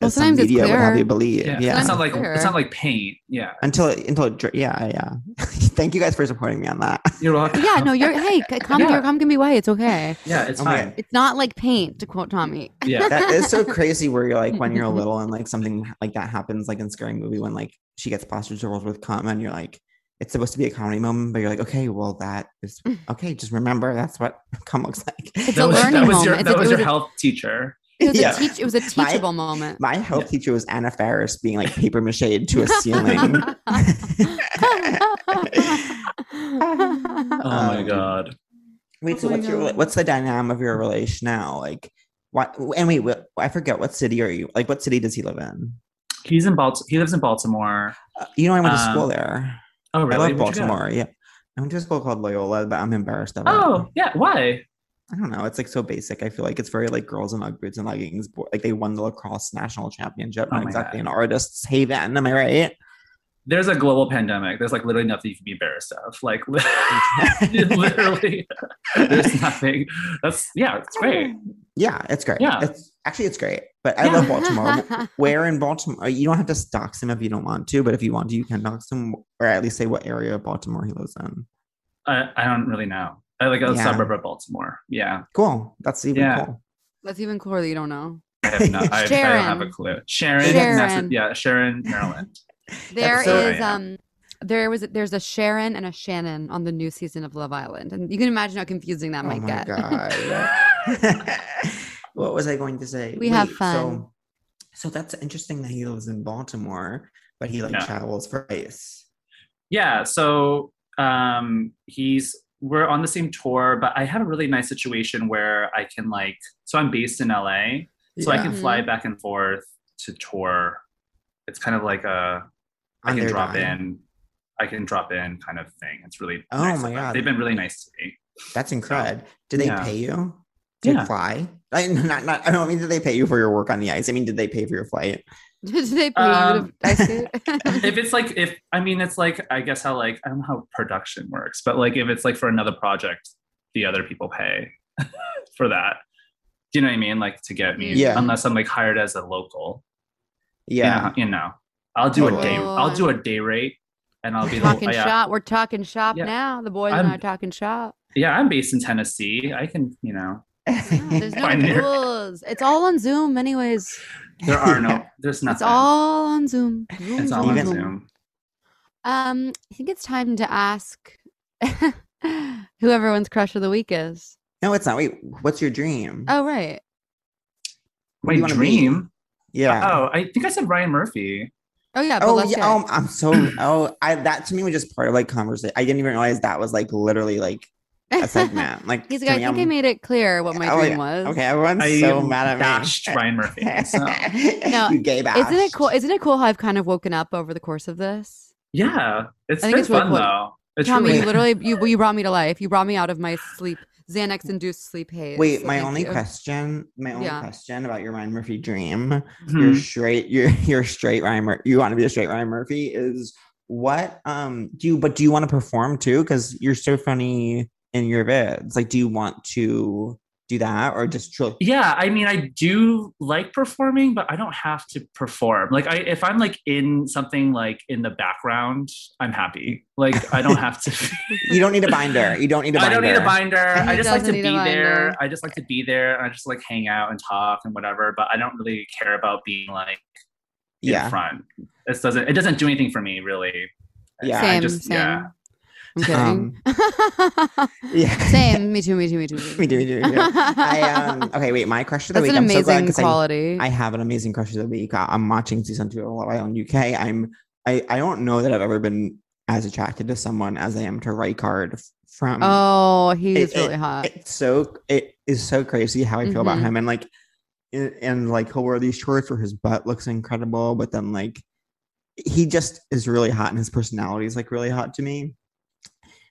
B: Well,
C: as some
B: sometimes it's
C: media would have
B: clear.
C: you believe.
D: yeah.
C: Yeah.
D: It's not
B: Sometimes
D: like
B: clear.
D: it's not like paint. Yeah.
C: Until it until it, dri- yeah yeah. Thank you guys for supporting me on that.
D: You're welcome.
B: Yeah, no, you're hey, c- cum,
D: Yeah.
B: your cum can be white. It's okay.
D: Yeah, it's
C: Oh my
D: fine.
C: God.
B: It's not like paint, to quote Tommy.
D: Yeah.
C: That is so crazy. Where you're like when you're little and like something like that happens, like in scary movie when like she gets plastered to rolls with cum, and you're like. It's supposed to be a comedy moment, but you're like, okay, well, that is okay. Just remember that's what cum looks like.
B: It's
D: That
B: a
D: was,
B: learning
D: that was
B: moment.
D: your
B: It's
D: that
B: a-
D: was
B: it
D: your
B: was a-
D: health teacher.
B: It was,
C: Yeah.
B: a, teach, it was a
C: My-
B: teacher moment.
C: My health
D: Yeah.
C: teacher was Anna Faris being like paper mache to a ceiling.
D: Oh my
C: Um,
D: god.
C: Wait,
B: Oh
C: so
B: my
C: what's your
B: God.
C: what's the dynamic of your relation now? Like, what? And wait, what, I forget what city are you? Like, what city does he live in?
D: He's in Baltimore. He lives in Baltimore.
C: Uh, You know, I went to school
D: Um,
C: there.
D: Oh really?
C: I love
D: Where'd you go?
C: Baltimore. Yeah, I went to a school called Loyola, but I'm embarrassed of it.
D: Oh yeah. Why?
C: I don't know. It's like so basic. I feel like it's very like girls in Ugg boots and leggings. bo- Like they won the lacrosse national championship.
D: Oh
C: Not
D: my
C: exactly an
D: God.
C: artist's haven. Am I right?
D: There's a global pandemic. There's like literally nothing you can be embarrassed of. Like literally, there's nothing. That's yeah. It's great.
C: Yeah, it's great.
D: Yeah.
C: It's actually it's great. But I
D: Yeah.
C: love Baltimore. Where in Baltimore? uh, You don't have to dox him if you don't want to, but if you want to, you can dox him, or at least say what area of Baltimore he lives in.
D: I, I don't really know. I like a
C: Yeah.
D: suburb of Baltimore. Yeah.
C: Cool. That's even
D: Yeah.
C: cool.
B: That's even cooler that you don't know.
D: I have no. I, I don't have a
B: Sharon.
D: clue. Sharon.
B: Sharon.
D: Nasa- yeah. Sharon, Maryland.
B: There
C: so-
B: is
D: Yeah.
B: um there was there's a Sharon and a Shannon on the new season of Love Island. And you can imagine how confusing that
C: oh
B: might
C: my
B: get.
C: god. what was I going to say?
B: We have fun.
C: So, so that's interesting that he lives in Baltimore, but he like
D: Yeah.
C: travels for ice.
D: yeah so um he's we're on the same tour but i have a really nice situation where i can like so i'm based in la so i
C: Yeah.
D: can fly back and forth to tour it's kind of like a I
C: On
D: can
C: their
D: drop
C: dime.
D: in i can drop in kind of thing it's really
C: Oh
D: nice
C: my
D: of them.
C: God.
D: they've been really nice to me
C: That's incredible. Did they
D: yeah.
C: pay you? To
D: Yeah.
C: fly? I, not, not, I don't mean did they pay you for your work on the ice. I mean, did they pay for your flight?
B: Did they pay you
D: Um,
B: to ice skate?
D: if it's like if i mean it's like i guess how like i don't know how production works but like if it's like for another project the other people pay for that do you know what i mean like to get me
C: Yeah.
D: unless i'm like hired as a local you
C: Yeah.
D: know- you know, i'll do a day
B: Totally.
D: i'll do a day rate and i'll
B: We're
D: be
B: talking
D: the yeah,
B: Oh. shop. We're talking shop
D: Yeah.
B: now. The boys
D: I'm-
B: and I are talking shop.
D: yeah i'm based in tennessee i can you know
B: Yeah, Oh, there's no
D: Pioneer.
B: rules. It's all on Zoom, anyways.
D: there are no there's nothing
B: It's all on Zoom. Zoom,
D: It's all
B: Zoom,
D: on
C: Even-
D: zoom
B: Um, I think it's time to ask who everyone's crush of the week is.
C: No, it's not. Wait, what's your dream?
B: Oh, right.
C: What do
D: my
C: you wanna be?
D: dream
C: yeah.
D: oh i think i said ryan murphy
B: Oh yeah. but
C: Oh,
B: let's
C: yeah.
B: hear
C: Oh,
B: it.
C: I'm so. Oh, I that to me was just part of like conversation. I didn't even realize that was like literally like oh, a segment. Like
B: He's
C: to
B: like, I
C: me,
B: think i
C: I'm-
B: made it clear what my
C: Oh,
B: dream was.
C: Okay, everyone's
D: i
C: so mad at
D: bashed
C: me.
D: ryan murphy so
B: No,
C: you gay bashed.
B: Isn't it cool? Isn't it cool how I've kind of woken up over the course of this?
D: Yeah, it's
B: I
D: been
B: think it's really
D: fun
B: cool.
D: though. It's
B: Tommy,
D: really
B: you literally you you brought me to life. You brought me out of my sleep Xanax induced sleep haze.
C: Wait,
B: So
C: my
B: thank
C: only
B: you.
C: question, my only
B: Yeah.
C: question about your Ryan Murphy dream,
D: Mhm.
C: you're straight, you're you're straight Ryan Murphy. You want to be a straight Ryan Murphy? Is what um do you? But do you want to perform too? Because you're so funny in your vids. Like, do you want to do that or just chill?
D: yeah. I mean, I do like performing, but I don't have to perform. Like, I if I'm like in something like in the background, I'm happy. Like, I don't have to.
C: You don't need a binder. You don't need a
D: I
C: binder.
D: don't need a binder. I
B: He
D: just like to
B: doesn't
D: be
B: need a
D: there.
B: binder.
D: I just like to be there. and I just like hang out and talk and whatever. But I don't really care about being like in
C: Yeah.
D: front. This doesn't. It doesn't do anything for me really.
C: Yeah. Um,
D: I
B: Same,
D: just
B: same.
D: yeah.
B: I'm kidding.
C: Yeah.
B: Same. Me too. Me too. Me too.
C: we do, we do, we do. I um okay, wait, my crush of the
B: That's
C: week.
B: an
C: I'm so glad
B: amazing
C: 'cause I-
B: quality.
C: I have an amazing crush of the week. I- I'm watching season two of Love Island UK. I'm I I don't know that I've ever been as attracted to someone as I am to Ricard f- from.
B: oh, he's
C: it-
B: really hot.
C: It's so it is so crazy how I feel about
B: Mhm.
C: him and like and, and like he'll wear these shorts where his butt looks incredible, but then like he just is really hot and his personality is like really hot to me.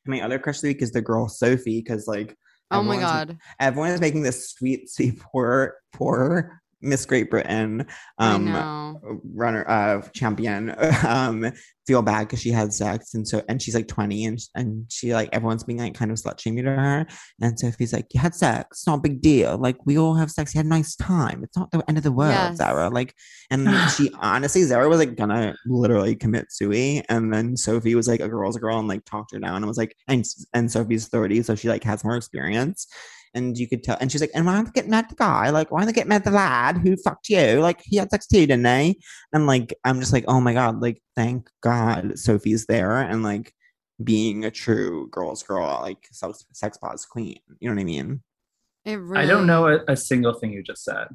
C: And my other crush of the week is the girl Sophie because like
B: oh my
C: everyone's-
B: god.
C: everyone is making this sweet, sweet poor, poor Miss Great Britain
B: I
C: um
B: know.
C: runner uh champion um feel bad because she had sex and so and she's like 20 and and she like everyone's being like kind of slut shaming to her and Sophie's like you had sex it's not a big deal like we all have sex you had a nice time it's not the end of the world
B: Yes.
C: Zara like and she honestly Zara was like gonna literally commit sui and then Sophie was like a girl's girl and like talked her down and was like and and Sophie's 30 so she like has more experience and you could tell. And she's like, and why don't they get mad at the guy? Like, why don't they get mad at the lad who fucked you? Like, he had sex too, didn't they? And like, I'm just like, oh my God, like, thank God Sophie's there and like being a true girl's girl, like sex, sex pos queen. You know what I mean?
B: It really,
D: I don't know a, a single thing you just said.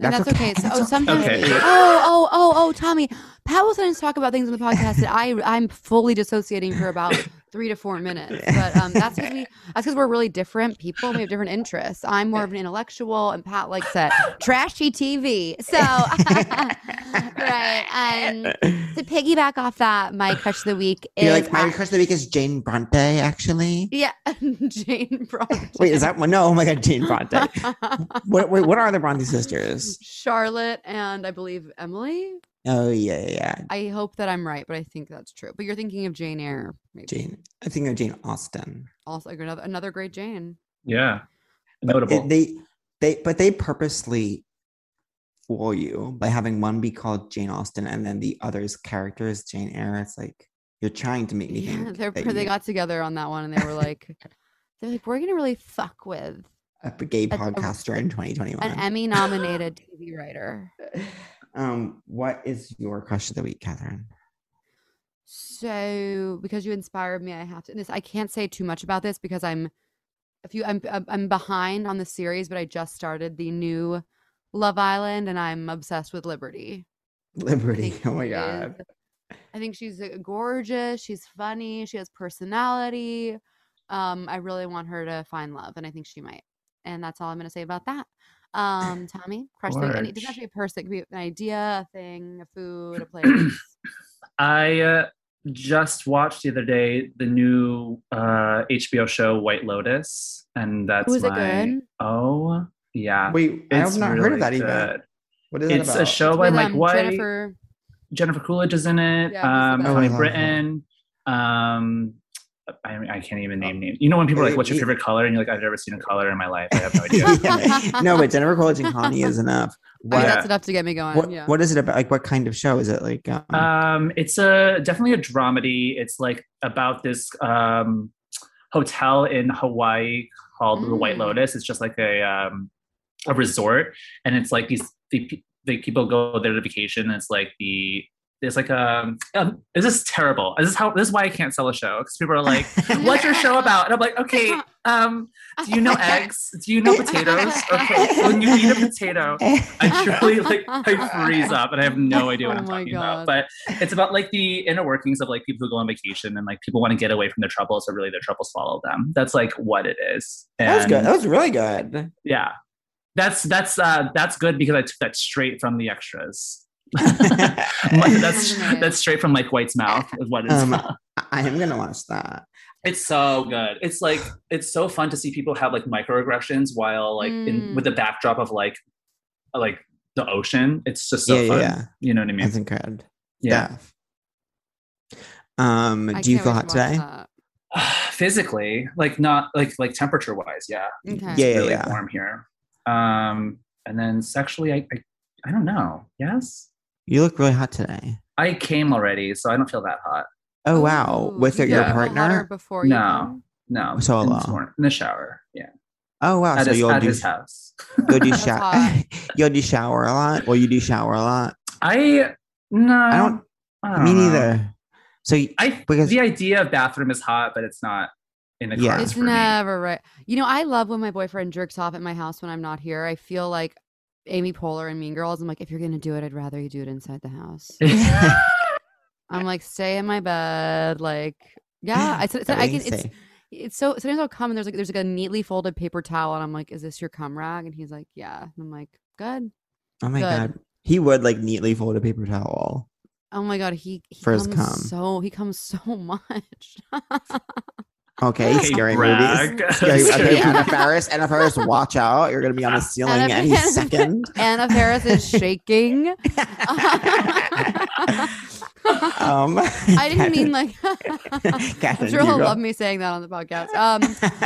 B: And that's, okay. So,
C: and
B: oh,
C: that's
B: sometimes.
D: okay.
B: Oh, oh, oh, oh, Tommy. Pat will sometimes talk about things in the podcast that I I'm fully dissociating for about three to four minutes. But um, that's because we that's because we're really different people. We have different interests. I'm more of an intellectual, and Pat likes that trashy TV. So right. And to piggyback off that, my crush of the week is
C: You're like, my
B: ac-
C: crush of the week is Jane Bronte, actually.
B: yeah, Jane Bronte.
C: Wait, is that one? No, oh my God, Jane Bronte. what, wait, what are the Bronte sisters?
B: Charlotte and I believe Emily.
C: Oh, yeah, yeah, yeah.
B: I hope that I'm right, but I think that's true. But you're thinking of Jane Eyre, maybe.
C: Jane. I think of Jane Austen.
B: Also, like another another great Jane.
D: Yeah.
C: But
D: Notable.
C: it- they they but they purposely fool you by having one be called Jane Austen and then the other's character is Jane Eyre. It's like you're trying to make me
B: Yeah,
C: think
B: they're,
C: that
B: they
C: you-
B: got together on that one, and they were like, they're like, we're gonna really fuck with
C: a b- gay
B: a-
C: podcaster in
B: an
C: 2021.
B: Emmy-nominated TV writer.
C: Um, what is your crush of the week, Catherine?
B: So, because you inspired me, I have to. and This I can't say too much about this because I'm, if you, I'm, I'm- I'm behind on the series, but I just started the new Love Island, and I'm obsessed with Liberty. I
C: Liberty.
B: think
C: Oh my
B: she
C: god.
B: is- I think she's uh, gorgeous. She's funny. She has personality. Um, I really want her to find love, and I think she might. And that's all I'm going to say about that. Um, Tommy, crush. Thing. And it doesn't have to be a person. It could be an idea, a thing, a food, a place.
D: I uh, just watched the other day the new uh, HBO show White Lotus, and that's
B: Was it
D: my
B: good?
D: oh yeah.
C: Wait, I have
D: It's
C: not heard
D: really
C: of that even.
D: good.
C: What is that
D: It's
C: about?
D: a show by
B: With,
D: Mike
B: um,
D: White. Jennifer,
B: Jennifer.
D: Coolidge is in it.
B: Yeah, who's the
D: um,
B: best?
D: Tommy
C: Oh, I love
D: Britton. Um, I, I can't even name names. You know when people are like, "What's your favorite color?" and you're like, "I've never seen a color in my life. I have no idea."
C: Yeah. No, but Jennifer Coolidge and Connie is enough.
B: I
C: What,
B: mean,
D: Yeah.
B: that's enough to get me going.
C: what,
B: yeah.
C: what is it about? Like, what kind of show is it? Like, um,
D: Um, it's a definitely a dramedy. It's like about this um, hotel in Hawaii called the White
B: Mm.
D: Lotus. It's just like a um, a resort, and it's like these the, the people go there to vacation. And it's like the it's like um, um this is terrible. This is how this is why I can't sell a show because people are like, "What's your show about?" And I'm like, "Okay, um, do you know eggs? Do you know potatoes? Okay, when you eat a potato,
C: Eh,
D: I truly like I freeze up and I have no idea what
B: Oh
D: I'm
B: my
D: talking
B: God.
D: about. But it's about like the inner workings of like people who go on vacation and like people want to get away from their troubles, so really their troubles follow them. That's like what it is. And
C: that was good. That was really good.
D: Yeah. That's that's uh that's good because I took that straight from the extras. that's
B: Amazing.
D: that's straight from like White's mouth is what it's
C: Um, I- I am gonna watch that.
D: It's so good. It's like it's so fun to see people have like microaggressions while like in,
B: Mm.
D: with the backdrop of like like the ocean. It's just so
C: Yeah, yeah,
D: fun.
C: yeah.
D: You know what I mean?
C: That's incredible.
D: Yeah.
C: Um,
B: I
C: do you
B: can't
C: feel
B: wait
C: hot
B: to watch
C: today?
B: that.
D: Physically, like not like like temperature wise, yeah.
B: Okay.
D: It's
C: Yeah, yeah,
D: really
C: yeah.
D: warm here. Um, and then sexually, I, I I don't know. Yes,
C: You look really hot today.
D: I came already, so I don't feel that hot.
C: Oh wow,
B: Ooh,
C: with
B: you
C: your, your
B: got a little hotter
C: partner.
B: Before you
D: No.
B: came?
D: No,
C: So
D: in,
C: long.
D: the, morning- in the shower. Yeah,
C: Oh wow,
D: at,
C: so
D: his,
C: you'll
D: at
C: do
D: his house.
C: you'll do
B: That's
C: shower.
B: hot.
C: you'll do shower a lot. Well, you do shower a lot.
D: I no,
C: I don't.
D: I don't
C: me
D: know.
C: neither. So y-
D: I
C: Because-
D: the idea of bathroom is hot, but it's not in the
C: Yeah.
D: cards
B: It's
D: for me.
B: never right. You know, I love when my boyfriend jerks off at my house when I'm not here. I feel like Amy Poehler and Mean Girls. I'm like, if you're gonna do it, I'd rather you do it inside the house. I'm like, stay in my bed. Like, yeah, I said,
C: That
B: I
C: we
B: can. It's,
C: say.
B: it's so sometimes I'll come and there's like there's like a neatly folded paper towel and I'm like, is this your cum rag? And he's like, yeah. And I'm like, good.
C: oh my
B: good.
C: god, he would like neatly fold a paper towel.
B: Oh my god, he, he
C: For his
B: comes
C: cum.
B: so he comes so much.
C: Okay,
D: Okay,
C: scary movies.
D: brag.
C: Scary, okay,
D: Scary-
C: Anna Faris, Anna Faris, watch out! You're gonna be on the ceiling
B: Anna
C: any
B: Faris.
C: second.
B: Anna Ferris is shaking.
C: um,
B: I didn't mean like. I'm
C: Catherine,
B: sure
C: you
B: he'll
C: go.
B: love me saying that on the podcast. Um,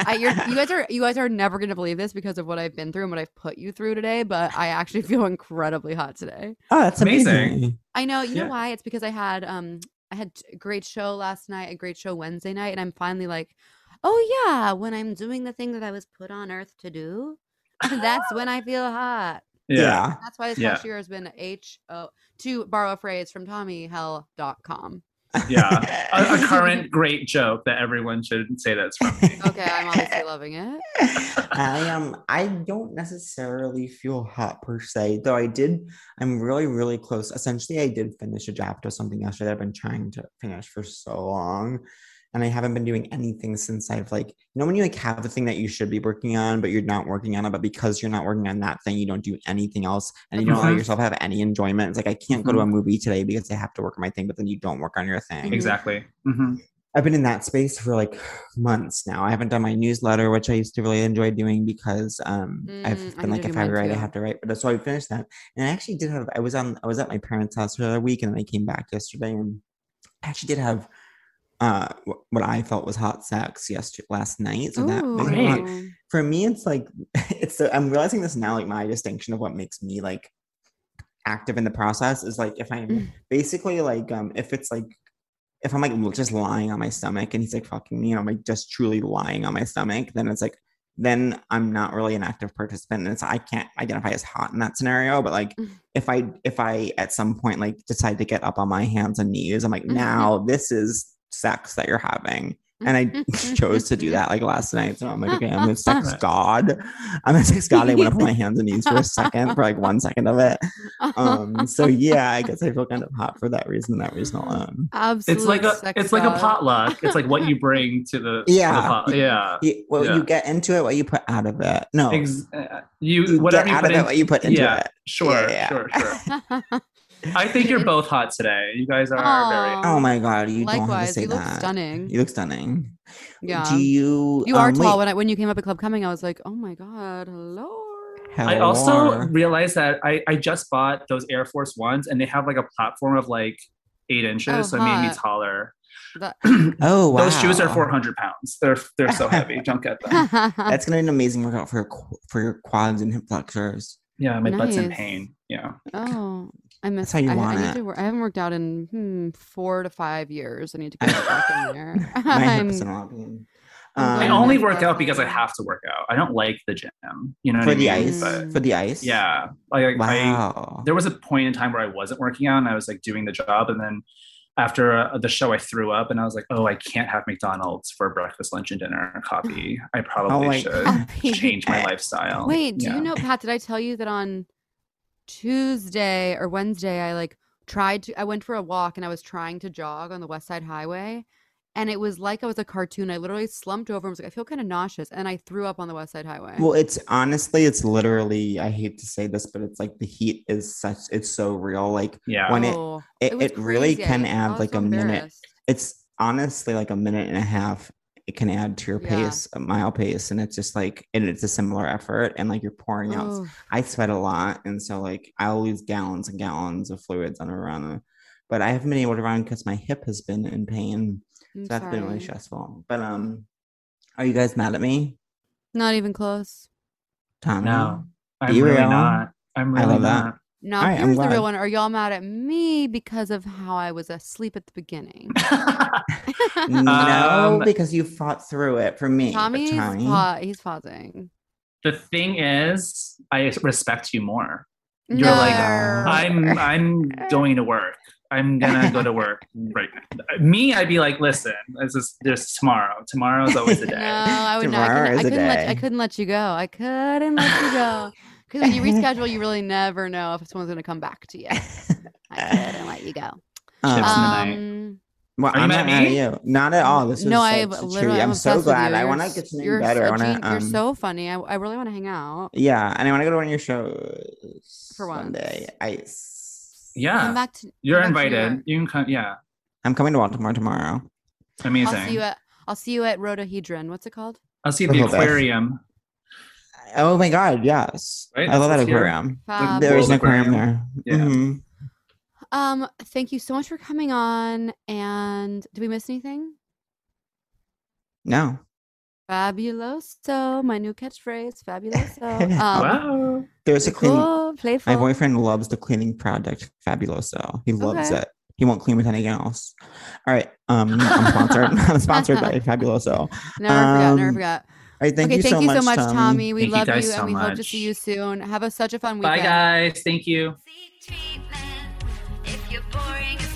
B: I, you're, you guys are you guys are never gonna believe this because of what I've been through and what I've put you through today. But I actually feel incredibly hot today.
C: Oh, that's amazing.
D: Amazing.
B: I know. You know
D: Yeah.
B: why? It's because I had um I had a great show last night, a great show Wednesday night, and I'm finally like, oh yeah, when I'm doing the thing that I was put on earth to do, that's when I feel hot.
C: Yeah.
D: yeah.
B: That's why this
D: Yeah.
B: past year has been H O to borrow a phrase from TommyHell.com.
D: yeah. A, a current great joke that everyone should say that's from me.
B: Okay, I'm obviously loving it.
C: I um I don't necessarily feel hot per se, though I did I'm really, really close. Essentially I did finish a draft of something yesterday that I've been trying to finish for so long. And I haven't been doing anything since I've like you know when you like have a thing that you should be working on, but you're not working on it, but because you're not working on that thing, you don't do anything else and you don't let
D: Mhm.
C: yourself have any enjoyment. It's like I can't go to a movie today because I have to work on my thing, but then you don't work on your
B: Mm-hmm.
C: thing.
D: Exactly.
C: Mm-hmm.
D: Mhm.
C: I've been in that space for like months now. I haven't done my newsletter, which I used to really enjoy doing because um,
B: Mm,
C: I've
B: I
C: been
B: need
C: like,
B: to do
C: if I
B: mine
C: write, I
B: too.
C: have to write. But uh, so I finished that, and I actually did have. I was on. I was at my parents' house for the other week, and then I came back yesterday, and I actually did have uh, wh- what I felt was hot sex yesterday last night. So that was a
D: Great.
C: lot. for me, it's like it's. So I'm realizing this now. Like my distinction of what makes me like active in the process is like if I'm
B: Mm.
C: basically like um if it's like if I'm like l- just lying on my stomach and he's like fucking me and I'm like just truly lying on my stomach, then it's like then I'm not really an active participant. And it's I can't identify as hot in that scenario. But like
B: Mm.
C: if I if I at some point like decide to get up on my hands and knees, I'm like,
B: Mm-hmm.
C: now this is sex that you're having. And
B: Mm-hmm.
C: I chose to do that like last night. So I'm like, okay, I'm a sex
D: Right.
C: god. I'm a sex god. I went up on my hands and knees for a second, for like one second of it. Um, so yeah, I guess I feel kind of hot for that reason, that reason alone.
B: Absolute
D: It's like a
B: sex
D: it's like a
B: god.
D: potluck. It's like what you bring to the to the
C: Yeah.
D: pot- yeah.
C: You, well,
D: Yeah.
C: you get into it, what you put out of it. No,
D: Ex- uh,
C: you
D: you
C: get
D: whatever you
C: out
D: put
C: of it,
D: in.
C: what you put into
D: yeah.
C: it.
D: Sure,
C: Yeah, yeah.
D: sure, sure.
B: Likewise,
D: I think you're both hot today. You guys are very.
C: Oh my god, you don't have to say
B: you look
C: that.
B: stunning.
C: You look stunning.
B: yeah,
C: Do you?
B: you are
C: um,
B: tall.
C: wait,
B: When I when you came up at Club Coming, I was like, oh my god, hello.
D: I also
C: hello.
D: realized that I I just bought those Air Force Ones and they have like a platform of like eight inches,
B: Oh,
D: so it made me
B: hot.
D: taller.
B: That-
C: Oh wow.
D: Those shoes are 400 pounds. They're they're so heavy. Don't get them.
C: That's gonna be an amazing workout for your qu- for your quads and hip flexors.
D: Yeah, my butt's in
B: Nice.
D: pain. Yeah.
B: oh, I miss.
C: how you
B: I,
C: want
B: I, need
C: it.
B: to wor- I haven't worked out in hmm, four to five years. I need to get back in there.
C: My
B: I'm-
C: hips and all being-
B: I'm
D: I
B: Um,
D: only
B: that's
D: work out
B: definitely-
D: because I have to work out. I don't like the gym. You know what
C: for
D: I
C: the
D: mean?
C: ice
D: But
C: for the ice.
D: yeah, like I,
C: Wow.
D: there was a point in time where I wasn't working out and I was like doing the job, and then after uh, the show, I threw up and I was like, oh, I can't have McDonald's for breakfast, lunch, and dinner. and Coffee. I probably
C: my
D: should
C: God.
D: change my lifestyle.
B: Um, oh, Wait, do
D: Yeah.
B: you know, Pat? Did I tell you that on Tuesday or Wednesday, I like tried to, I went for a walk and I was trying to jog on the West Side Highway. And it was like I was a cartoon. I literally slumped over and was like, I feel kind of nauseous. And I threw up on the West Side Highway.
C: Well, it's honestly, it's literally. I hate to say this, but it's like the heat is such. It's so real. Like
D: Yeah.
C: when it-
B: Oh,
C: it,
B: was
C: it, really
B: crazy.
C: can
B: I
C: add
B: was
C: like
B: so
C: a minute.
B: embarrassed.
C: It's honestly like a minute and a half. It can add to your
B: Yeah.
C: pace, a mile pace, and it's just like, and it's a similar effort, and like you're pouring out
B: Oh,
C: I sweat a lot, and so like I'll lose gallons and gallons of fluids on a run. But I haven't been able to run because my hip has been in pain.
B: I'm
C: So that's been really
B: sorry.
C: stressful. But um, are you guys mad at me,
B: Not even close.
C: Tommy?
D: No, I'm
C: Be
D: really
C: real.
D: not. I'm
C: I
D: really
C: love that.
D: not.
B: Now,
C: All right, I'm
B: here's the
C: glad.
B: real one. Are y'all mad at me because of how I was asleep at the beginning?
C: no,
D: Um,
C: because you fought through it for me. but
B: Tommy's
C: Tommy,
B: pa- he's pausing.
D: the thing is, I respect you more. You're like,
C: Oh.
B: No.
D: I'm I'm going to work. I'm gonna go to work right now. Me, I'd be like, listen, this is there's tomorrow. Tomorrow's always the
B: No,
D: day.
B: I would not. I
C: Tomorrow
B: couldn't,
C: is
B: I
C: a
B: couldn't let you, I
C: day.
B: couldn't let you go. I couldn't let you go. Because when you reschedule, you really never know if someone's going to come back to you. I couldn't let you go.
C: Um,
D: Chips in the night.
B: Um,
C: well,
D: Are you
C: I'm
D: mad
C: not
D: at
C: mad at
D: me?
C: you. Not at all. This was
B: no,
C: such
B: I
C: a
B: literally.
C: treat. I'm so
B: obsessed with
C: glad.
B: you.
C: I
B: You're
C: want to
B: s-
C: get to know you
B: you're
C: better.
B: so
C: I want
B: gen-
C: to. Um,
B: You're so funny. I, I really want to hang out.
C: yeah, and I want to go to one of your shows
B: For
C: one day. Ice.
B: Come
D: Yeah,
B: back to.
D: you're
B: come back to New
D: invited.
B: York.
D: You can come. Yeah,
C: I'm coming to Baltimore tomorrow.
D: amazing.
B: I'll see you at. I'll see you at Rhododendron. What's it called?
D: at the
C: Little bit.
D: aquarium.
C: Oh my god, yes.
D: Right,
C: I love that
D: that's here.
C: aquarium.
B: Um,
C: there is an
D: World
C: aquarium,
D: aquarium.
C: there.
D: Yeah.
C: Mhm.
B: um. Thank you so much for coming on. And did we miss anything?
C: No.
B: Fabuloso, my new catchphrase. Fabuloso. Um,
D: wow.
C: There's a cleaning
B: cool, playful.
C: my boyfriend loves the cleaning product Fabuloso. He loves
B: Okay.
C: it. He won't clean with anything else. All right. Um I'm sponsored. I'm sponsored by Fabuloso. All
B: Never forgot. Never
C: um,
B: forgot.
C: right, thank
B: okay,
C: you
B: thank
C: so
B: you
C: much,
B: so much, Tommy. We
D: Thank you
B: love you,
D: guys so
B: and we hope to see
D: much.
B: you soon. Have a, such a fun
D: Bye,
B: weekend.
D: guys. Thank you.
A: Seek treatment if you're boring as